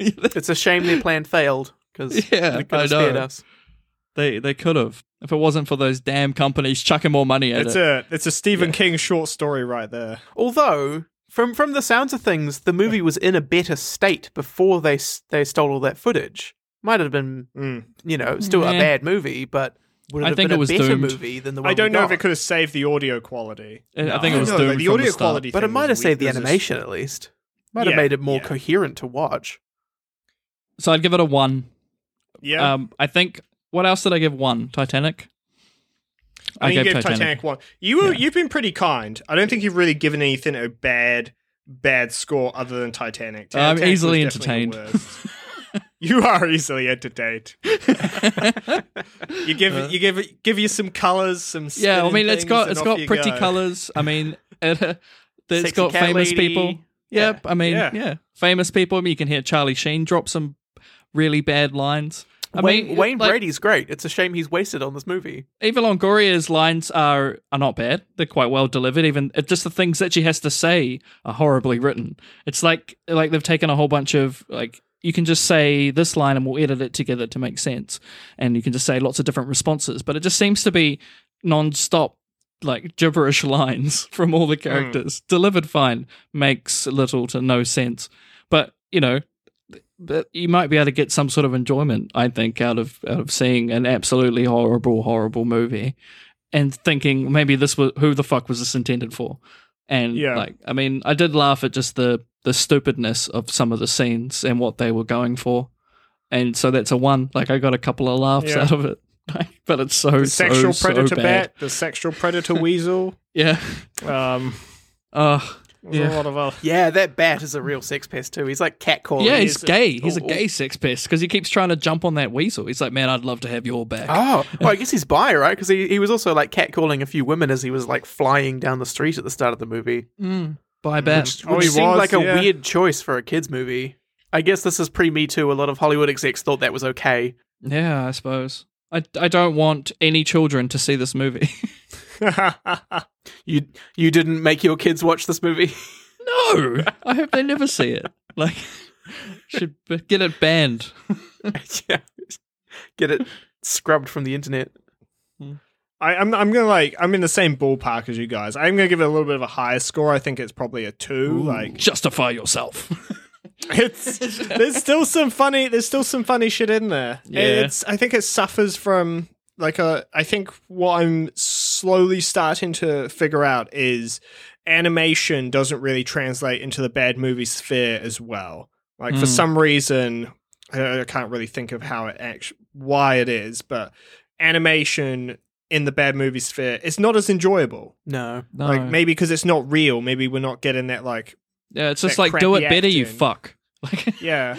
it's a shame their plan failed because
Yeah,
they could
I
have spared
know.
us.
They they could have if it wasn't for those damn companies chucking more money at
It's
it.
a it's a Stephen King short story right there.
Although, from from the sounds of things, the movie was in a better state before they s- they stole all that footage. Might have been,
Mm.
you know, still a
Nah.
bad movie, but would it
I
have
think
been
it was
a better
doomed.
movie than the one
I don't
we
know
got?
if it could have saved the audio quality.
I think it was
No,
doomed
like, the
from
audio
the start.
quality,
but it
thing
might have
was
saved the
weak. There's this-
animation at least. Might have
Yeah,
made it more
yeah.
coherent to watch.
So I'd give it a one.
Yeah,
Um, I think what else did I give one? Titanic.
I, think you gave Titanic. one. You were, you've been pretty kind. I don't think you've really given anything a bad bad score other than Titanic.
Uh, I'm
Titanic was
easily
definitely the
entertained. [LAUGHS]
worst. you are easily entertained. you give you give give you some colors, some
Yeah, I
spinning
mean it's
things,
got
and
it's
off
got
you
pretty
go.
colors. I mean [LAUGHS] it, it's
Sexy
got
cat
famous
lady.
people. Yep. I mean
Yeah.
yeah. famous people. I mean, you can hear Charlie Sheen drop some really bad lines. I
Wayne,
mean
Wayne
like,
Brady's great. It's a shame he's wasted on this movie.
Eva Longoria's lines are are not bad. They're quite well delivered. Even it's just the things that she has to say are horribly written. It's like like they've taken a whole bunch of like you can just say this line and we'll edit it together to make sense, and you can just say lots of different responses. But it just seems to be non-stop like gibberish lines [LAUGHS] from all the
Hmm.
characters delivered fine makes little to no sense. But you know, but you might be able to get some sort of enjoyment, I think, out of out of seeing an absolutely horrible, horrible movie, and thinking maybe this was who the fuck was this intended for, and
Yeah.
like I mean, I did laugh at just the the stupidness of some of the scenes and what they were going for, and so that's a one. Like I got a couple of laughs
Yeah.
out of it, [LAUGHS] Like, but it's so
The
so,
sexual
Oh, so
predator
bad.
bat, the sexual predator weasel.
yeah.
Um,
Uh,
there's a lot of other.
Yeah, that bat is a real sex pest too. He's like catcalling.
yeah, he's
He's-
gay. He's a
oh, oh.
gay sex pest because he keeps trying to jump on that weasel. He's like, man, I'd love to have your back. [LAUGHS]
Oh, well, I guess he's bi, right? Because he, he was also like catcalling a few women as he was like flying down the street at the start of the movie,
Mm, bye, bat.
which,
Oh,
which
he
seemed
was,
like a
yeah.
weird choice for a kids movie. I guess this is pre Me Too. A lot of Hollywood execs thought that was okay.
Yeah, I suppose. I, I don't want any children to see this movie. [LAUGHS]
You you didn't make your kids watch this movie. [LAUGHS]
no, [LAUGHS] I hope they never see it. Like, should b- get it banned.
yeah, get it scrubbed from the internet.
I, I'm I'm gonna like I'm in the same ballpark as you guys. I'm gonna give it a little bit of a higher score. I think it's probably a two. Like
Justify yourself.
it's there's still some funny there's still some funny shit in there.
Yeah.
It's I think it suffers from like a I think what I'm slowly starting to figure out is animation doesn't really translate into the bad movie sphere as well. Like for
Mm.
some reason I I can't really think of how it actually why it is, but animation in the bad movie sphere, it's not as enjoyable.
No.
[LAUGHS] No.
Like maybe because it's not real. Maybe we're not getting that. Like
yeah, it's just
that
like do it
crappy
better, you
acting.
fuck. Like [LAUGHS]
yeah,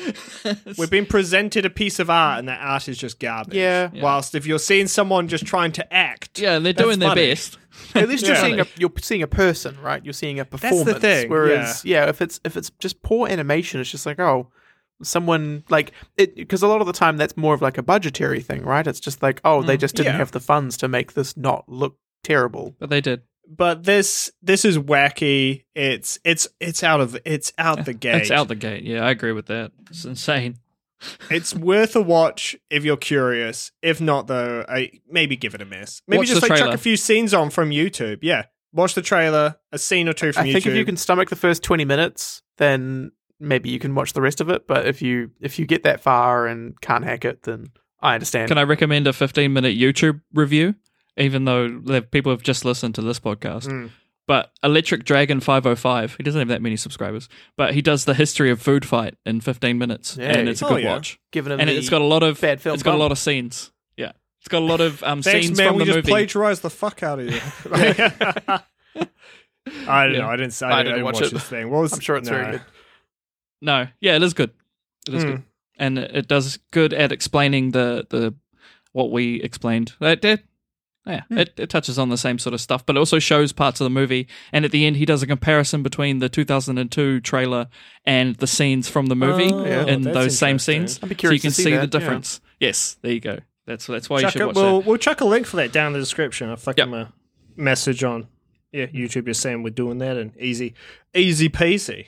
we've been presented a piece of art, and that art is just garbage.
Yeah.
Yeah.
Whilst if you're seeing someone just trying to act,
yeah, they're
That's
doing their
funny.
best.
At least you're
Yeah.
seeing a you're seeing a person, right? You're seeing a
the
performance.
thing,
Whereas, yeah. if it's if it's just poor animation, it's just like oh, someone like it because a lot of the time that's more of like a budgetary thing, right? It's just like oh, they just didn't
Yeah.
have the funds to make this not look terrible.
But they did.
but this this is wacky. It's it's it's out of it's out the gate.
It's out the gate. Yeah, I agree with that. It's insane.
It's worth a watch if you're curious. If not, though, I maybe give it a miss. Maybe
Watch
just
the
like chuck
trailer.
a few scenes on from YouTube. Yeah, watch the trailer, a scene or two from
I
YouTube.
think if you can stomach the first twenty minutes, then maybe you can watch the rest of it. But if you if you get that far and can't hack it, then I understand.
Can I recommend a 15 minute YouTube review? Even though the people have just listened to this podcast.
Mm.
But Electric Dragon 505, he doesn't have that many subscribers, but he does the history of Food Fight in 15 minutes.
Yeah.
And it's a
Oh,
good
yeah.
watch.
Given him
And
the-
it's got a lot of
bad film
it's got a
bump.
lot of scenes. Yeah. It's got a lot of um,
Thanks,
scenes
man.
from
we
the
just
movie.
plagiarized the fuck out of you. Like- [LAUGHS] I don't know. I didn't. I, didn't watch,
it.
this thing. What was?
I'm sure it's very
no.
good.
No, yeah, it is good. It is
Hmm.
good, and it it does good at explaining the the what we explained. It did. Yeah,
Hmm.
it, it touches on the same sort of stuff, but it also shows parts of the movie. And at the end, he does a comparison between the 2002 trailer and the scenes from the movie
Oh,
in
that's
those same
interesting.
scenes.
I'd be
So you
curious
can
to see
see, the
that, yeah.
difference. Yes, there you go. That's that's why
Chuck
you should
it,
watch
we'll
that.
we'll chuck a link for that down in the description. I'll fuck
Yep.
him a uh, message on. Yeah, YouTube. You're saying we're doing that and easy, easy peasy.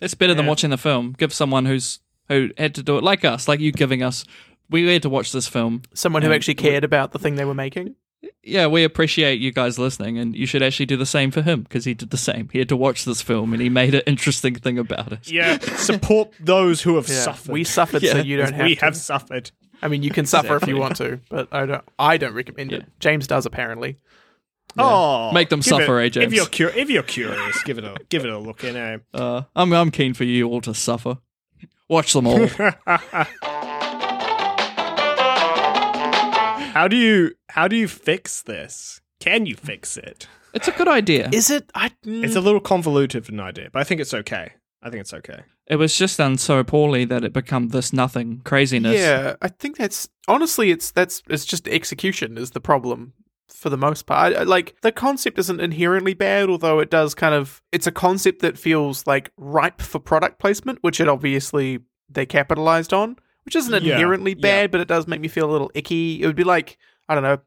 It's better than
Yeah.
watching the film. Give someone who's who had to do it like us, like you giving us. We had to watch this film
Someone who
And
actually cared about the thing they were making.
yeah, we appreciate you guys listening, and you should actually do the same for him because he did the same. He had to watch this film, and he made an interesting thing about it.
Yeah, [LAUGHS] support those who have
Yeah.
suffered.
We suffered, so
Yeah.
you don't have.
we
to.
have suffered.
I mean, you can suffer if you want to, but I don't. I don't recommend it.
Yeah.
James does apparently.
Oh,
Make them
give
suffer, eh,
it, If
James?
you're, cur- if you're curious, give it a give it a look. You know,
Uh, I'm I'm keen for you all to suffer. Watch
[LAUGHS]
them all.
how do you how do you fix this? Can you fix it?
it's a good idea.
Is it? I. mm,
It's a little convoluted of an idea, but I think it's okay. I think it's okay.
It was just done so poorly that it become this nothing craziness.
yeah, I think that's honestly, it's that's it's just execution is the problem for the most part. I- I- Like the concept isn't inherently bad, although it does kind of. It's a concept that feels like ripe for product placement, which it obviously they capitalized on, which isn't
Yeah,
inherently
yeah.
bad, but it does make me feel a little icky. It would be like I don't know.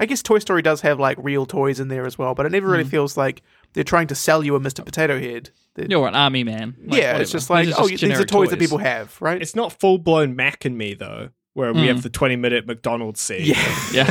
I guess Toy Story does have like real toys in there as well, but it never really feels like they're trying to sell you a Mr. Potato Head. They're-
You're an army man. Like,
yeah,
whatever.
it's just like
These
oh, these are
generic
toys, that people have, right?
It's not full blown Mac and me though, where we
Mm.
have the twenty minute McDonald's scene.
Yeah, [LAUGHS]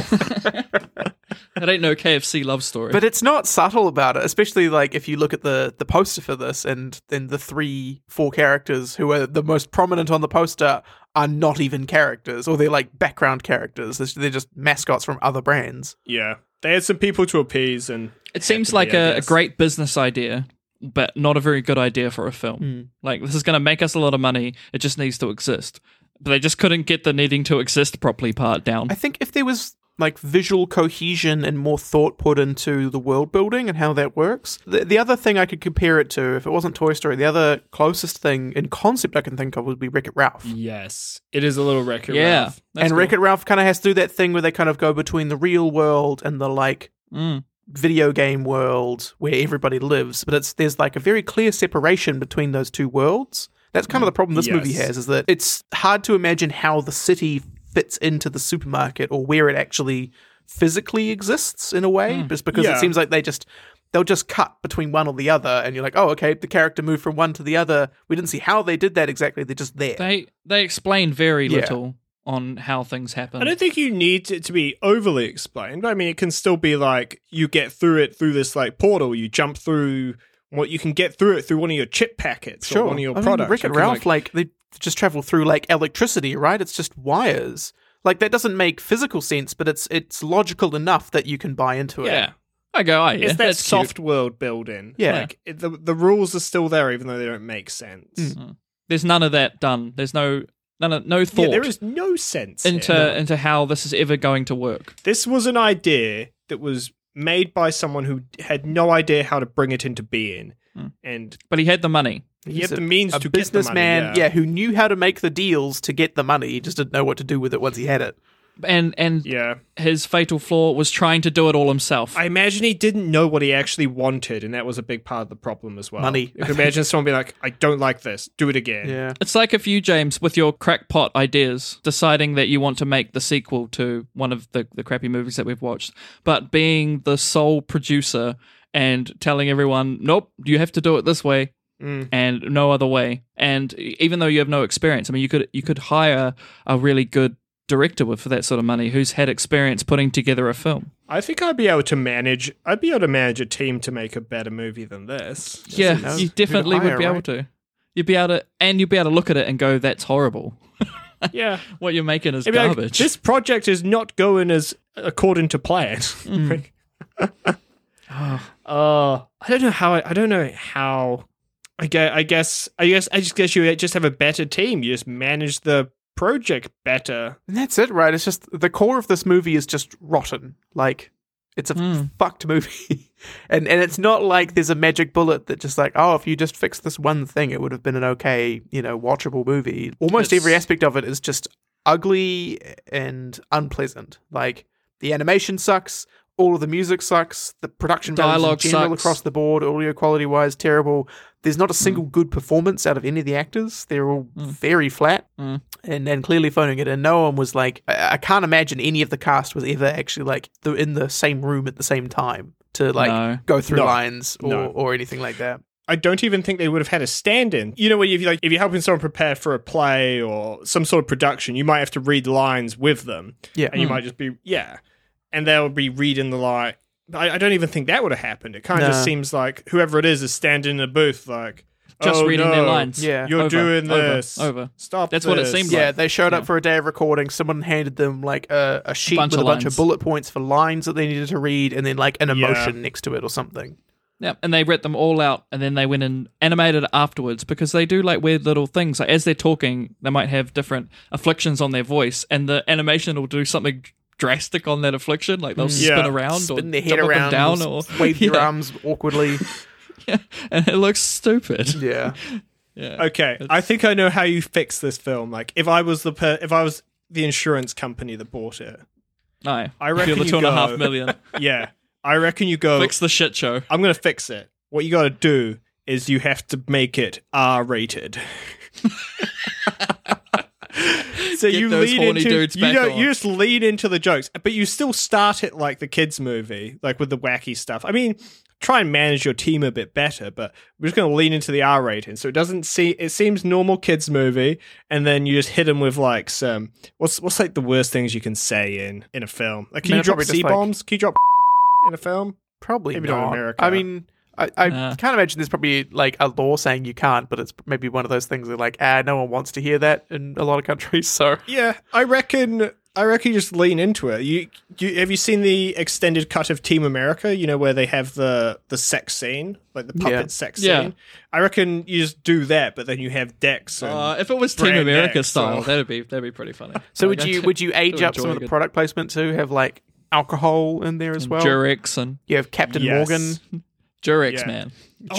that ain't no KFC love story.
But it's not subtle about it, especially like if you look at the the poster for this, and then the three four characters who are the most prominent on the poster are not even characters, or they're like background characters. They're- They're just mascots from other brands.
yeah. They had some people to appease, and
It seems
to be,
like
I
a, a
guess.
great business idea, but not a very good idea for a film.
Hmm.
Like this is going to make us a lot of money. It just needs to exist. But they just couldn't get the needing to exist properly part down.
I think if there was like visual cohesion and more thought put into the world building and how that works. The, the other thing I could compare it to, if it wasn't Toy Story, the other closest thing in concept I can think of would be Wreck It Ralph.
Mm, yes, it is a little record.
yeah,
and Wreck It Ralph kind of has to do that thing where they kind of go between the real world and the like
Mm.
video game world where everybody lives, but it's there's like a very clear separation between those two worlds. That's kind of the problem this
Yes.
movie has is that it's hard to imagine how the city fits into the supermarket or where it actually physically exists in a way, just because
Hmm. Yeah.
it seems like they just they'll just cut between one or the other and you're like, "Oh, okay, the character moved from one to the other." We didn't see how they did that exactly. They're just there.
They they explain very
Yeah.
little on how things happen.
I don't think you need it to be overly explained. I mean, it can still be like you get through it through this like portal. You jump through what you can get through it through one of your chip packets or one of your
I mean,
products.
Rick
You
and
can,
Ralph,
like,
like, they just travel through like electricity, right? It's just wires. Like that doesn't make physical sense, but it's it's logical enough that you can buy into it.
yeah, I go. Oh, yeah,
it's that
that's cute.
soft world building.
Yeah.
like it,
Mm.
the the rules are still there, even though they don't make sense.
There's none of that done. There's no no, no, no
Yeah,
thought
there is no sense here.
into
uh,
into how this is ever going to work.
This was an idea that was made by someone who had no idea how to bring it into being,
Mm.
and
But he had the money.
he had
a-
the means
a
to get the money,
businessman, yeah. who knew how to make the deals to get the money. He just didn't know what to do with it once he had it.
And and
yeah.
his fatal flaw was trying to do it all himself.
I imagine he didn't know what he actually wanted, and that was a big part of the problem as well.
Money.
If you imagine someone being like, "I don't like this. Do it again."
Yeah.
It's like if you, James, with your crackpot ideas, deciding that you want to make the sequel to one of the, the crappy movies that we've watched, but being the sole producer and telling everyone, nope, you have to do it this way
Mm.
and no other way. And even though you have no experience, I mean, you could you could hire a really good director with for that sort of money who's had experience putting together a film.
I think I'd be able to manage. I'd be able to manage a team to make a better movie than this.
yeah,
know
you
who to
definitely would
hire,
be able
right?
to. You'd be able to, and you'd be able to look at it and go, "That's horrible.
[LAUGHS] yeah.
What you're making is
It'd be like,
garbage."
this project is not going as according to plan. Like- [LAUGHS] Uh, I don't know how. I, I don't know how. I guess, I guess. I guess. I just guess you just have a better team. You just manage the project better.
And that's it, right? It's just the core of this movie is just rotten. Like it's a
Hmm.
fucked movie. [LAUGHS] and and it's not like there's a magic bullet that just like, oh, if you just fix this one thing, it would have been an okay, you know, watchable movie. Almost
It's-
every aspect of it is just ugly and unpleasant. Like the animation sucks, all of the music sucks, the production values in
Dialogue
general
sucks.
across the board, audio quality wise terrible. There's
Hmm.
not a single good performance out of any of the actors. They're all very flat
Hmm.
and and clearly phoning it. And no one was like, I, I can't imagine any of the cast was ever actually like the, in the same room at the same time to like
No.
go through
No.
lines or,
No.
or anything like that.
I don't even think they would have had a stand-in. You know, when you like if you're helping someone prepare for a play or some sort of production, you might have to read lines with them.
Yeah. Hmm.
and you might just be yeah, and they'll be reading the line. I, I don't even think that would have happened. It kind of
No.
just seems like whoever it is is standing in a booth, like
Just
"Oh,
reading
no,
their lines.
Yeah.
You're
Over,
doing
over,
this.
over.
Stop.
That's what it
this."
seemed like.
Yeah, they showed up for a day of recording. Someone handed them like a, a sheet
Bunch
with a
of
bunch
lines.
of bullet points for lines that they needed to read, and then like an
Yeah.
emotion next to it or something.
Yeah, and they read them all out, and then they went and animated it afterwards because they do like weird little things. Like as they're talking, they might have different afflictions on their voice, and the animation will do something drastic on that affliction, like they'll
Yeah.
spin around
Spin
or
their head
double
around,
them down,
or
or
[LAUGHS]
[LAUGHS]
wave their
Yeah,
arms
[LAUGHS]
awkwardly.
and it looks
[LAUGHS]
stupid.
Yeah,
Yeah.
Okay, I think I know how you fix this film. Like if I was the per- if I was the insurance company that bought it,
no,
I
if
reckon
you're the
you
two and a
go- um,
half million.
yeah, I reckon you go.
Fix the shit show.
I'm gonna fix it. What you gotta do is you have to make it R rated. so
Get
you
those
lead
horny
into
dudes
you,
back
don't-
on.
you just lead into the jokes, but you still start it like the kids movie, like with the wacky stuff. I mean, try and manage your team a bit better, but we're just gonna lean into the R rating, so it doesn't see it seems normal kids movie, and then you just hit them with like some what's what's like the worst things you can say in in a film? Like, can
Man,
you drop
probably just,
C
like-
bombs? Can you drop [LAUGHS] in a film?
probably
Maybe not
not.
in America.
I mean. I, I
Nah.
can't imagine there's probably like a law saying you can't, but it's maybe one of those things that like, ah, no one wants to hear that in a lot of countries. [LAUGHS] So
Yeah, I reckon. I reckon you just lean into it. You, you have you seen the extended cut of Team America? You know where they have the the sex scene, like the puppet
Yeah.
sex
Yeah.
scene. I reckon you just do that, but then you have Dex. And,
Uh, if it was Team
Brand
America
X,
style,
or-
that'd be that'd be pretty funny.
So
Like,
would
I
you
do-
would you age
do
up some
enjoy
of the
good-
product placement to have like alcohol in there as well?
Jurex and
You have Captain
Yes.
Morgan.
Jurex
Yeah.
man?
oh,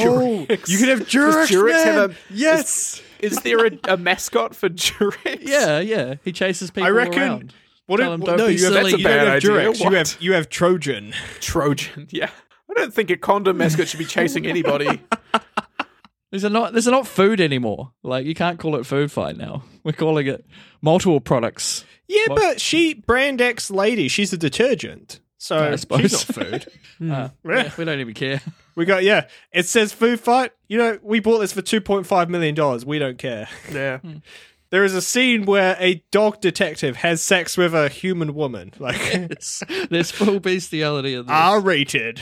Jurex.
you could have Jurex.
Does Jurex
man!
have a-
yes?
Is there a, a mascot for [LAUGHS] Jurex?
Yeah, yeah. He chases people
I reckon.
around.
What?
Tell
if-
him,
what-
don't
no,
be
you have,
silly.
That's a
you don't
bad
have
idea.
Jurex.
What?
You have you have Trojan.
Trojan. [LAUGHS] Yeah. I don't think a condom mascot should be chasing
[LAUGHS]
anybody.
These are not these are not food anymore. Like you can't call it food fight now. [LAUGHS] We're calling it multiple
[LAUGHS]
products.
Yeah,
What?
but she brand X lady. She's a detergent, so
I suppose.
she's not food.
Uh, yeah, we don't even care.
We got yeah. It says food fight. You know, we bought this for two point five million dollars. We don't care. [LAUGHS]
yeah.
Hmm.
There is a scene where a dog detective has sex with a human woman, [LAUGHS] like
It's, [LAUGHS] there's full bestiality in this.
R [LAUGHS] rated.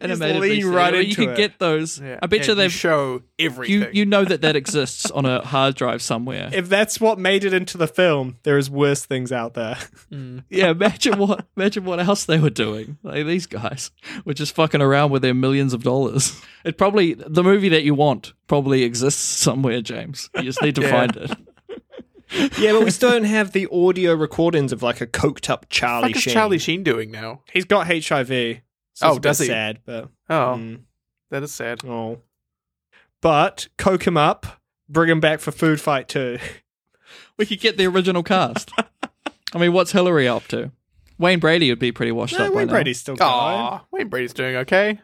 Animated
lean
bestiality.
right
you
into
can
it.
get those.
Yeah.
I bet
And
you they've
show everything.
you you know that
[LAUGHS]
that exists on a hard drive somewhere.
If that's what made it into the film, there is worse things out there.
yeah, imagine what imagine what else they were doing. Like these guys were just fucking around with their millions of dollars. [LAUGHS] It
[LAUGHS]
probably the movie that you want probably exists somewhere, James. You just need to find it.
[LAUGHS] yeah, but we still don't have the audio recordings of like a coked up Charlie
What is
Sheen.
Charlie Sheen doing now?
He's got HIV. So
Oh,
it's a bit
does he?
Sad, but
Oh,
mm,
that is sad.
oh. But coke him up, bring him back for Food Fight too.
We could get the original cast. I mean, what's Hillary up to? Wayne Brady would be pretty washed
No,
up. by
Wayne
now.
Brady's still going.
Aw, Wayne Brady's doing okay.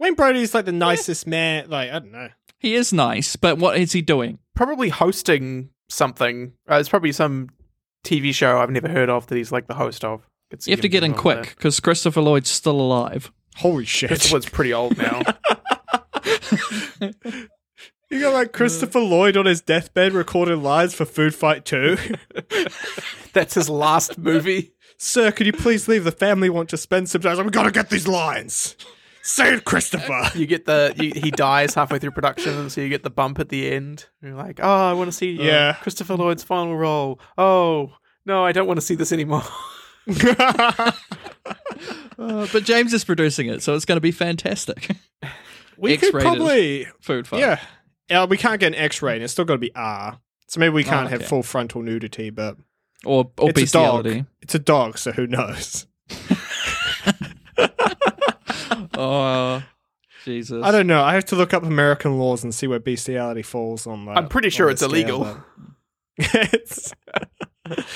Wayne Brady's like the nicest man. Like I don't know.
He is nice, but what is he doing?
Probably hosting something. Uh, it's probably some TV show I've never heard of that he's like the host of. It's
You have to get in quick because Christopher Lloyd's still alive.
Holy shit!
This was pretty old now. [LAUGHS]
You got like Christopher Lloyd on his deathbed recording lines for Food Fight [LAUGHS] 2.
That's his last movie.
Sir, could you please leave? The family want to spend some time. I'm gonna get these lines. Say it, Christopher. [LAUGHS]
You get the you, he dies halfway through production, and so you get the bump at the end. You're like, oh, I want to see uh,
Yeah.
Christopher Lloyd's final role. Oh no, I don't want to see this anymore. [LAUGHS]
Uh, [LAUGHS] but James is producing it, so it's going to be fantastic. [LAUGHS]
we could
X-rated.
probably,
Food fight.
yeah. Uh, we can't get an X-rating. It's still got to be R. So maybe we can't have
Oh, okay.
full frontal nudity, but
Or, or
it's a [LAUGHS]
bestiality.
dog. It's a dog, so who knows?
Oh, Jesus.
I don't know. I have to look up American laws and see where bestiality falls on. Like,
I'm pretty sure it's illegal.
[LAUGHS] it's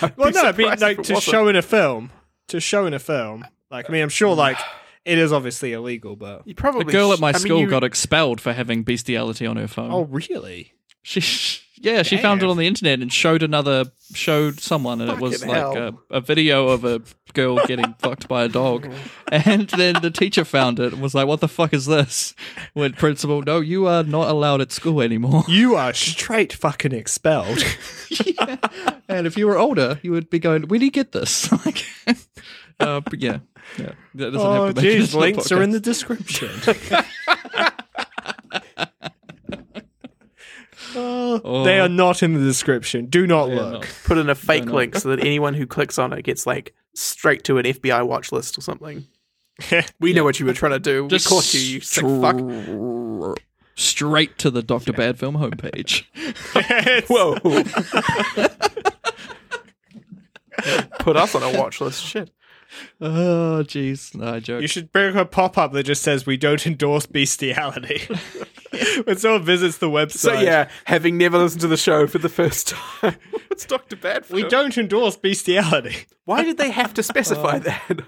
I'd
well,
be
no, it'd be
surprised if
like
it
to
wasn't.
show in a film. To show in a film, like I mean, I'm sure like it is obviously illegal, but
You probably
A girl at
sh-
my
I mean,
school
you-
got expelled for having bestiality on her phone.
oh really?
She, yeah, she found it
Damn.
on the internet and showed another, showed someone, and it was
Fucking
like a, a video of a girl
[LAUGHS]
getting fucked by a dog. And then the teacher found it and was like, "What the fuck is this?" Went principal, "No, you are not allowed at school
[LAUGHS]
anymore."
You are straight
[LAUGHS]
fucking expelled.
and if you were older, you would be going, "Where do you get this?" [LAUGHS] like, uh, but yeah, yeah, that doesn't
oh
have to make it into
jeez,
the
links are in the
podcast.
description.
[LAUGHS]
[LAUGHS] Oh, They are not in the description. Do not
Yeah,
look.
no.
put in a fake link
[LAUGHS]
so that anyone who clicks on it gets like straight to an FBI watch list or
[LAUGHS]
something. we know what you were trying to do.
Just
we caught you, you sick fuck.
str- Straight to the Doctor Bad film
[LAUGHS]
homepage.
[LAUGHS] Whoa. put us on a watch [LAUGHS] list. Shit.
Oh, jeez, no I joke.
You should bring a pop up that just says we don't
[LAUGHS]
endorse bestiality. when someone visits the website,
So yeah, having never listened to the show for the first time, [LAUGHS] it's Doctor Badfield.
we don't endorse bestiality.
Why did they have to [LAUGHS] specify that?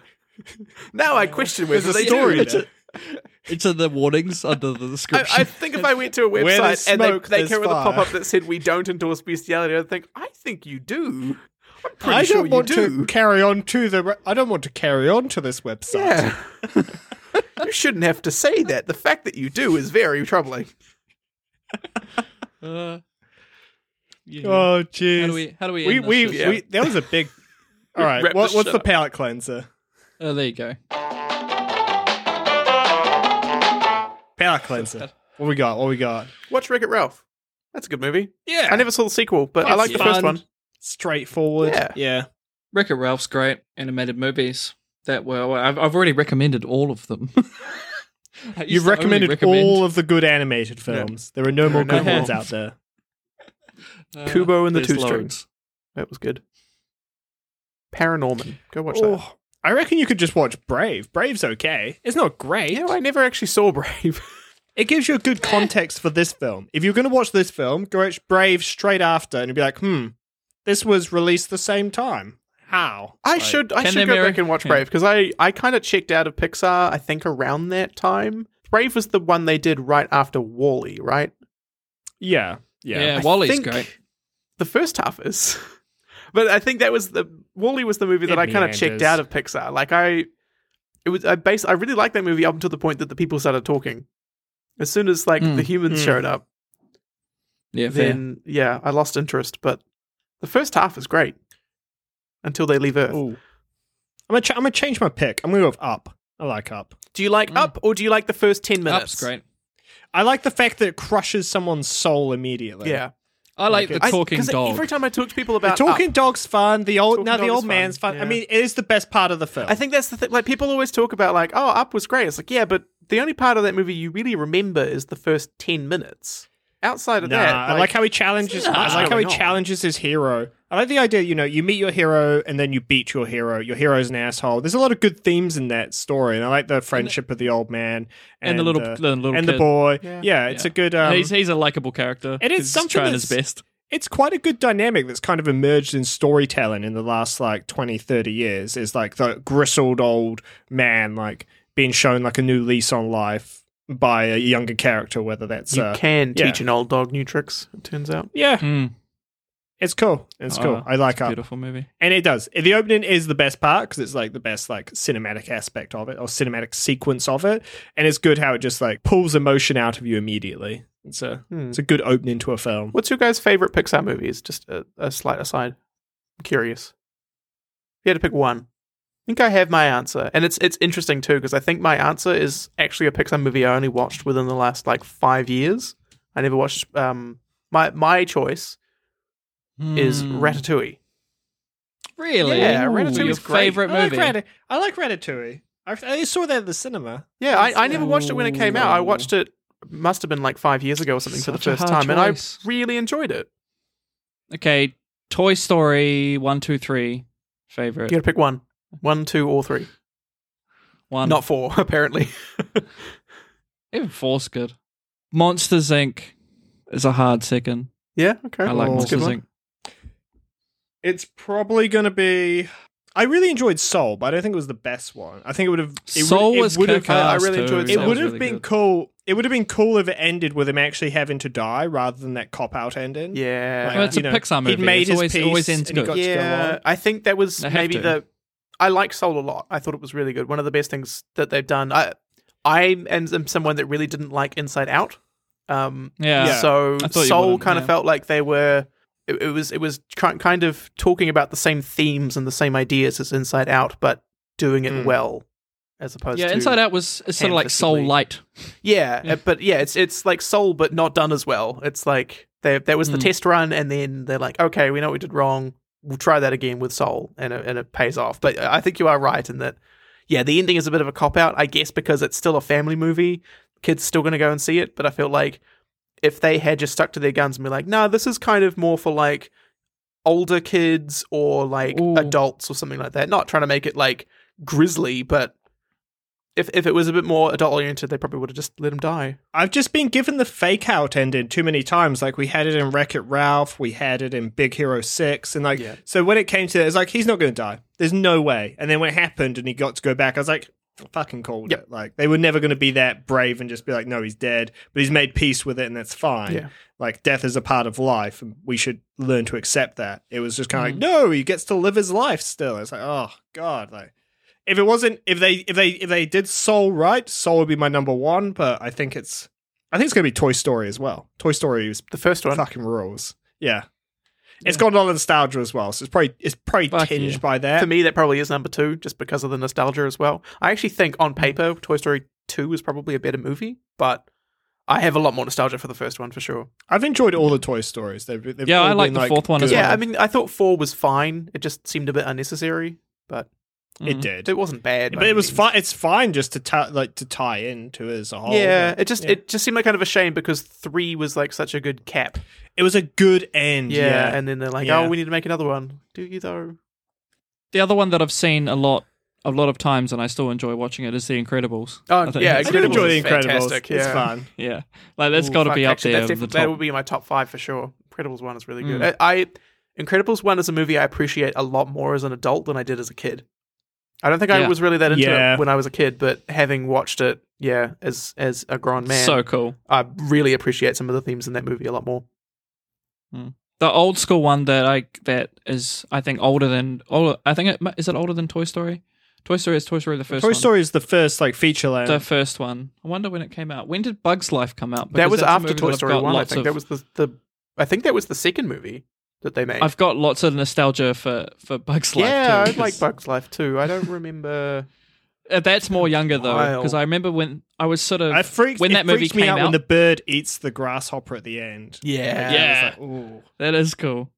now I question whether
There's a
they do.
story there.
It's in the warnings under the
I, I
description.
think if I went to a
Where
website
there's
and they,
smoke,
they
there's
came with a
fire.
pop up that said we don't endorse bestiality, I'd think I think you do. I'm pretty
I
sure
don't
you
want
do.
[LAUGHS] to carry on to the. Re- I don't want to carry on to this website.
Yeah. [LAUGHS] you shouldn't have to say that. The fact that you do is very troubling.
Uh, yeah.
Oh
how
jeez.
do we? How do we?
we
end this
we,
shit?
yeah.
we that was
[LAUGHS]
a big. All right,
wrap
what,
this
what's
shit
the
up.
palate cleanser?
Oh, there you go.
Palate cleanser. What we got? What we got?
Watch Wreck It Ralph. That's a good movie.
Yeah,
I never saw the sequel, but I
It's
like the first
fun,
one.
Straightforward.
Yeah.
Wreck It Ralph's great animated movies that were. well, I've, I've already recommended all of them. [LAUGHS] I used
You've
to only
recommended
recommend,
all of the good animated films. There are no more
are no
good
more.
ones out there.
uh,
Kubo and the
there's
Two
loads.
Strings. That was good. Paranorman. Go watch that.
Oh, I reckon you could just watch Brave. Brave's okay. It's not great.
You know, I never actually saw [LAUGHS] Brave.
It gives you a good context for this film. If you're going to watch this film, go watch Brave straight after, and you'll be like, "Hmm, this was released the same time. How?"
I
Like,
should I
Can they
should go
marry-
back and watch
yeah.
Brave because I, I kind of checked out of Pixar, I think around that time. Brave was the one they did right after Wally, right?
Yeah,
Yeah,
yeah.
I
Wally's
think
great.
The first half is. [LAUGHS] But I think that was the Wally was the movie that
It
I kind of checked
meanders.
out of Pixar. Like I it was I base I really liked that movie up until the point that the people started talking. As soon as like
Mm.
the humans
Mm.
showed up,
Yeah, fair.
then yeah, I lost interest, but the first half is great until they leave Earth.
Ooh. I'm gonna ch- I'm gonna change my pick. I'm gonna go with Up. I like Up.
Do you
Mm.
like Up or do you like the first 10 minutes?
Up's great.
I like the fact that it crushes someone's soul immediately.
Yeah.
I like
Like
the
I-
talking
'cause
dog.
Every time I talk to people
The
about Up,
talking dog's fun. The old
uh, Talking
now
dog
the
is
old
fun,
man's fun.
yeah.
I mean, it is the best part of the film.
I think that's the thing. Like people always talk about like, oh, Up was great. It's like, yeah, but the only part of that movie you really remember is the first ten minutes. Outside of
Nah,
that,
I like how he challenges. I like how he
going on?
challenges his hero. I like the idea. You know, you meet your hero and then you beat your hero. Your hero's an asshole. There's a lot of good themes in that story, and I like the friendship of the old man and,
and the little-
uh,
the little
and the
kid.
boy. Yeah, it's
Yeah.
a good. Um,
he's he's a likable character.
it is
He's
something
trying his
that's-
best.
it's quite a good dynamic that's kind of emerged in storytelling in the last like 20 30 years is like the gristled old man like being shown like a new lease on life by a younger character whether that's
you
uh,
can
yeah.
teach an old dog new tricks. It turns out.
yeah
Mm,
it's cool it's cool
Oh,
i like it
beautiful movie.
and it does the opening is the best part because it's like the best like cinematic aspect of it or cinematic sequence of it and it's good how it just like pulls emotion out of you immediately it's a
Hmm.
it's a good opening to a film
What's your guys' favorite Pixar movies? Just a, a slight aside. I'm curious. If you had to pick one, I think I have my answer, and it's it's interesting too because I think my answer is actually a Pixar movie I only watched within the last like five years. I never watched. Um, my my choice is
Mm.
Ratatouille.
Really?
Yeah,
Ooh,
Ratatouille's
your
great.
favorite
I like,
movie.
Ratat- I like Ratatouille. I, I saw that at the cinema.
Yeah, I, I never watched it when it came out. I
Ooh.
watched it must have been like five years ago or something for the
Such a
first
hard
time, and I
choice.
really enjoyed it.
okay, Toy Story one, two, three.
You
Favorite
got to pick one, one, two, or three.
one.
Not four, [LAUGHS] apparently.
even four's good. Monsters Inc. is a hard second.
yeah, okay.
I like
Oh,
That's a good
Monsters
one.
Inc.
It's probably going to be. I really enjoyed Soul, but I don't think it was the best one. I think it would have. it
Soul
would- it
was
would have-
kick ass.
I really
too.
enjoyed
That
Soul.
It
was
would have
really
been
good.
cool. It would have been cool if it ended with him actually having to die rather than that cop out ending.
Yeah.
Well, it's a
Uh, you know,
Pixar
he'd
movie.
made
It's
his
always- it always
peace
ends
and he
good.
got to go
yeah,
on.
I think that was
They have
maybe
to.
the. I like Soul a lot. I thought it was really good. One of the best things that they've done. I, I am am someone that really didn't like Inside Out. Um,
Yeah.
Yeah.
So
I thought you
Soul
wouldn't,
kind of
yeah.
felt like they were. It, it was it was ki- kind of talking about the same themes and the same ideas as Inside Out, but doing it
Mm.
well, as opposed
Hmm. Yeah,
to
Inside Out was it's sort of like Soul
hand-fistedly.
Light.
Yeah,
Yeah.
uh, but yeah, it's it's like Soul, but not done as well. It's like there there was the
Mm.
test run, and then they're like, okay, we know what we did wrong. We'll try that again with Soul, and it, and it pays off. But uh, I think you are right in that. Yeah, the ending is a bit of a cop out, I guess, because it's still a family movie. Kids still going to go and see it, but I feel like if they had just stuck to their guns and be like, no, nah, this is kind of more for like older kids or like
Ooh.
adults or something like that. Not trying to make it like grisly, but if if it was a bit more adult oriented, they probably would have just let him die.
I've just been given the fake out ending too many times. Like we had it in Wreck It Ralph, we had it in Big Hero Six, and like
Yeah.
so when it came to it, it's like he's not going to die. There's no way. And then when it happened, and he got to go back, I was like, fucking called
Yep.
it. Like they were never going to be that brave and just be like, no, he's dead. But he's made peace with it, and that's fine.
Yeah.
Like death is a part of life, and we should learn to accept that. It was just
Mm.
kind of like, no, he gets to live his life still. It's like, oh god, like if it wasn't if they if they if they did Soul right, Soul would be my number one. But I think it's I think it's gonna be Toy Story as well. Toy Story is
The first one,
fucking rules. Yeah. it's got a lot of nostalgia as well, so it's probably it's probably
Fuck
tinged
yeah.
by that.
for me, that probably is number two, just because of the nostalgia as well. I actually think
Mm.
on paper, Toy Story two is probably a better movie, but I have a lot more nostalgia for the first one for sure.
I've enjoyed all the Toy Stories. They've, they've
Yeah,
all
I like
been,
the fourth one as
good.
Yeah,
well.
I mean, I thought four was fine. It just seemed a bit unnecessary, but
it did.
it wasn't bad. by
but
any
it was
means.
fine. It's fine just to tie like to tie into it as
Oh,
a whole.
Yeah,
but-
it just
yeah.
it just seemed like kind of a shame because three was like such a good cap.
it was a good end.
Yeah,
Yeah,
and then they're like,
Yeah.
oh, we need to make another one. Do you though?
The other one that I've seen a lot, a lot of times, and I still enjoy watching it is The Incredibles.
Oh,
I think
yeah,
I
that's-
do enjoy the
Incredibles is
Incredibles.
fantastic,
It's
yeah.
fun.
Yeah, like that's
Ooh,
got to
fuck,
be up
actually,
there.
That's
of the
definitely, That would
top.
be in my top five for sure. Incredibles one is really
Hmm.
good. Uh,
Mm.
I, I Incredibles one is a movie I appreciate a lot more as an adult than I did as a kid. I don't think I
Yeah.
was really that into
Yeah.
it when I was a kid, but having watched it, yeah, as as a grown man,
So cool.
I really appreciate some of the themes in that movie a lot more.
The old school one that I that is I think older than older. I think it mi- is it older than Toy Story. Toy Story is Toy Story the first
Toy
one.
Story is the first like feature length.
the first one. I wonder when it came out. When did Bugs Life come
that
out? Because
was
that's a
after
movie
Toy
that I've
Story
got
one. I
lots
think
of-
that was the, the I think that was the second movie that they made.
I've got lots of nostalgia for for Bugs Life.
yeah,
too,
I'd like
'cause-
Bugs Life too. I don't remember.
Uh, That's more younger though,
Wild.
because I remember when I was sort of
I freaked
when
it
that movie
freaked me
came
out,
out.
when the bird eats the grasshopper at the end.
yeah,
yeah,
I was like, ooh.
that is cool.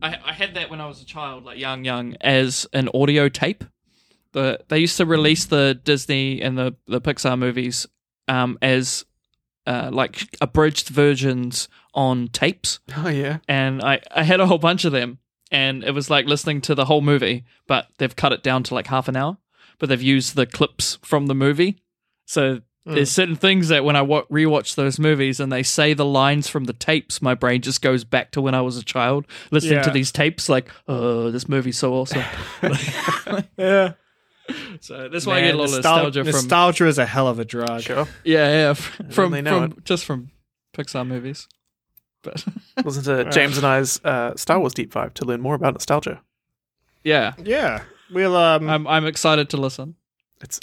I, I had that when I was a child, like young, young, as an audio tape. The they used to release the Disney and the the Pixar movies um, as uh, like abridged versions on tapes,
[LAUGHS] Oh yeah.
and I I had a whole bunch of them, and it was like listening to the whole movie, but they've cut it down to like half an hour, but they've used the clips from the movie, so.
Hmm.
There's certain things that when I wa- rewatch those movies and they say the lines from the tapes, my brain just goes back to when I was a child listening to
Yeah.
these tapes. Like, oh, this movie's
[LAUGHS]
so awesome.
Yeah.
so that's why I get a lot of
nostal-
nostalgia from
nostalgia is a hell of a
[LAUGHS]
drug.
Sure.
Yeah, yeah. f- [LAUGHS] From,
they know
from just from Pixar movies. But
Listen to James and I's uh, Star Wars deep dive to learn more about nostalgia.
yeah,
Yeah. We'll um
I'm I'm excited to listen.
It's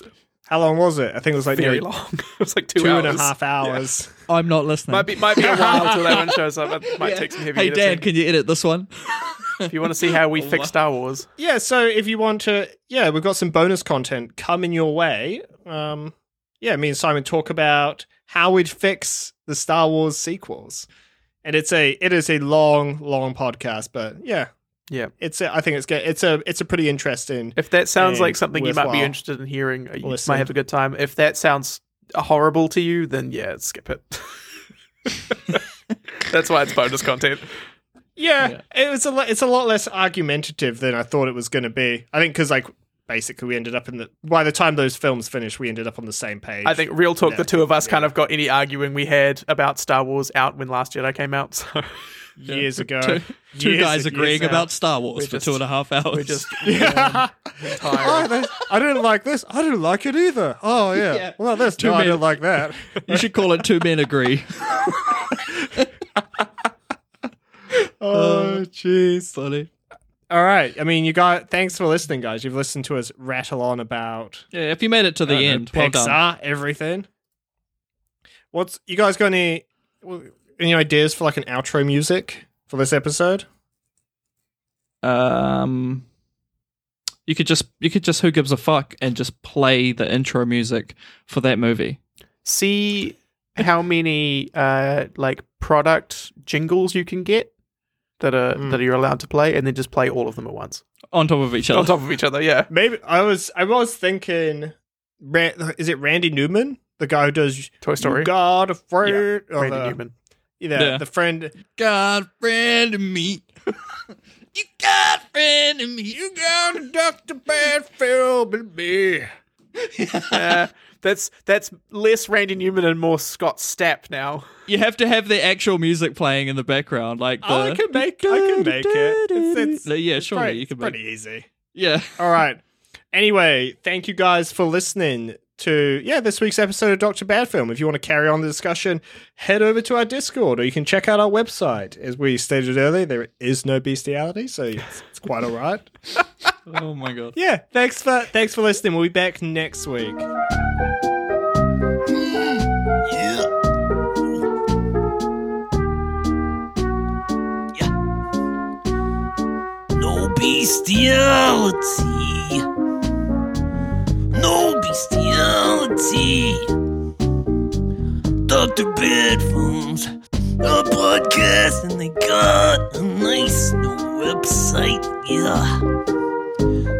how long was it? I think it was like
very
nearly
long. [LAUGHS] it was like two,
two
hours.
and a half hours.
I'm not listening.
Might be might be a while till that
[LAUGHS]
one shows up. It might take some heavy
hey,
editing.
Dad, can you edit this one?
if you want to see how
[LAUGHS]
we fix Star Wars,
Yeah, so if you want to, yeah, we've got some bonus content coming your way. Um, yeah, me and Simon talk about how we'd fix the Star Wars sequels, and it's a it is a long, long podcast, but yeah,
Yeah.
it's a, I think it's ga- it's a it's a pretty interesting.
if that sounds
And
like something you might be
worthwhile.
interested in hearing, uh, you
Listen.
might have a good time. If that sounds horrible to you, then yeah, skip [LAUGHS] it. That's why it's bonus content.
Yeah, it was a lo- it's a lot less argumentative than I thought it was going to be. I think because like basically we ended up in the by the time those films finished, we ended up on the same page.
I think real talk,
Yeah.
the two of us kind of got any arguing we had about Star Wars out when Last Jedi came out. [LAUGHS] So
years
[LAUGHS]
ago,
Two, two
Years
guys
and
agreeing
[LAUGHS] years
about Star Wars for
just-
two and a half hours.
we're [LAUGHS] just
Yeah.
tired.
I didn't like this. I didn't like it either. Oh yeah.
Yeah.
Well, that's
Two men- [LAUGHS]
like that.
[LAUGHS] you should call it Two Men Agree. [LAUGHS]
oh jeez.
Funny.
All right. I mean, you got. Thanks for listening, guys. You've listened to us rattle on about
Yeah, if you made it to the
I don't know,
end, well done.
Pixar, everything. What's you guys got any well, any ideas for like an outro music for this episode?
Um, you could just you could just who gives a fuck and just play the intro music for that movie.
see how many uh like product jingles you can get that are that you're allowed to play and then just play all of them at once
On top of each other.
on top of each other yeah
Maybe I was I was thinking. Ran, is it Randy Newman, the guy who does
Toy Story.
You God, afraid.
Yeah,
or
Randy
the,
Newman.
Yeah,
Yeah.
the friend.
God friend of [LAUGHS] me. you got friend of me. You got
Dr. Badfield will be.
Uh, that's that's less Randy Newman and more Scott Stapp now.
You have to have the actual music playing in the background, like the
I can make I can make it. It's,
No,
it's
yeah, surely
pretty,
you can make.
pretty easy.
Yeah,
All right. Anyway, thank you guys for listening to yeah this week's episode of Doctor Bad Film. If you want to carry on the discussion, head over to our Discord or you can check out our website. As we stated earlier, there is no bestiality, so it's, it's quite all right. [LAUGHS]
oh my god.
Yeah, thanks for thanks for listening. We'll be back next week.
No bestiality. No bestiality. Dr. Bedphones, a podcast, and they got a nice new website, yeah.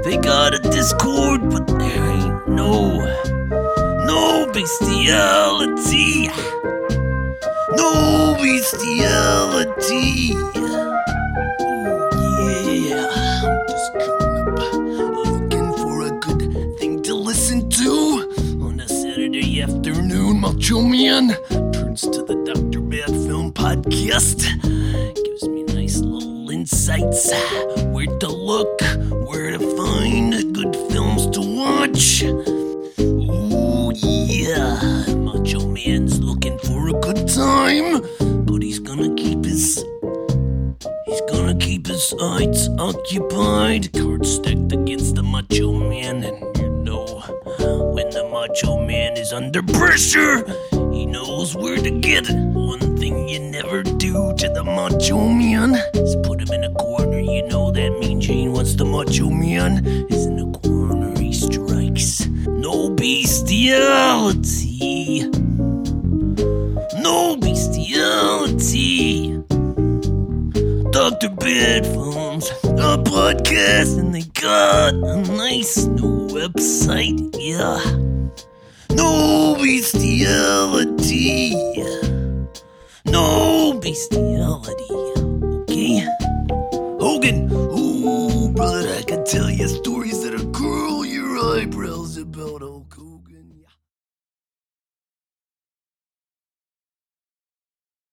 They got a Discord, but there ain't no, no bestiality. No bestiality. Yeah, I'm just coming up looking for a good thing to listen to on a Saturday afternoon. Macho Man turns to the Dr. Bad Film Podcast, gives me nice little insights where to look, where to find good films to watch. Ooh, yeah, Macho Man's looking for a good time, but he's gonna keep his He's gonna keep his eyes occupied. Cards stacked against the macho man, and you know when the macho man is under pressure, he knows where to get it. One thing you never do to the macho man is put him in a corner. You know that mean Jane wants the macho man is in a corner. He strikes. No bestiality. No bestiality. Dr. Bedphones, a podcast, and they got a nice new website, yeah. No bestiality. No bestiality. Okay? Hogan, ooh, brother, I could tell you stories that'll curl your eyebrows about oh, a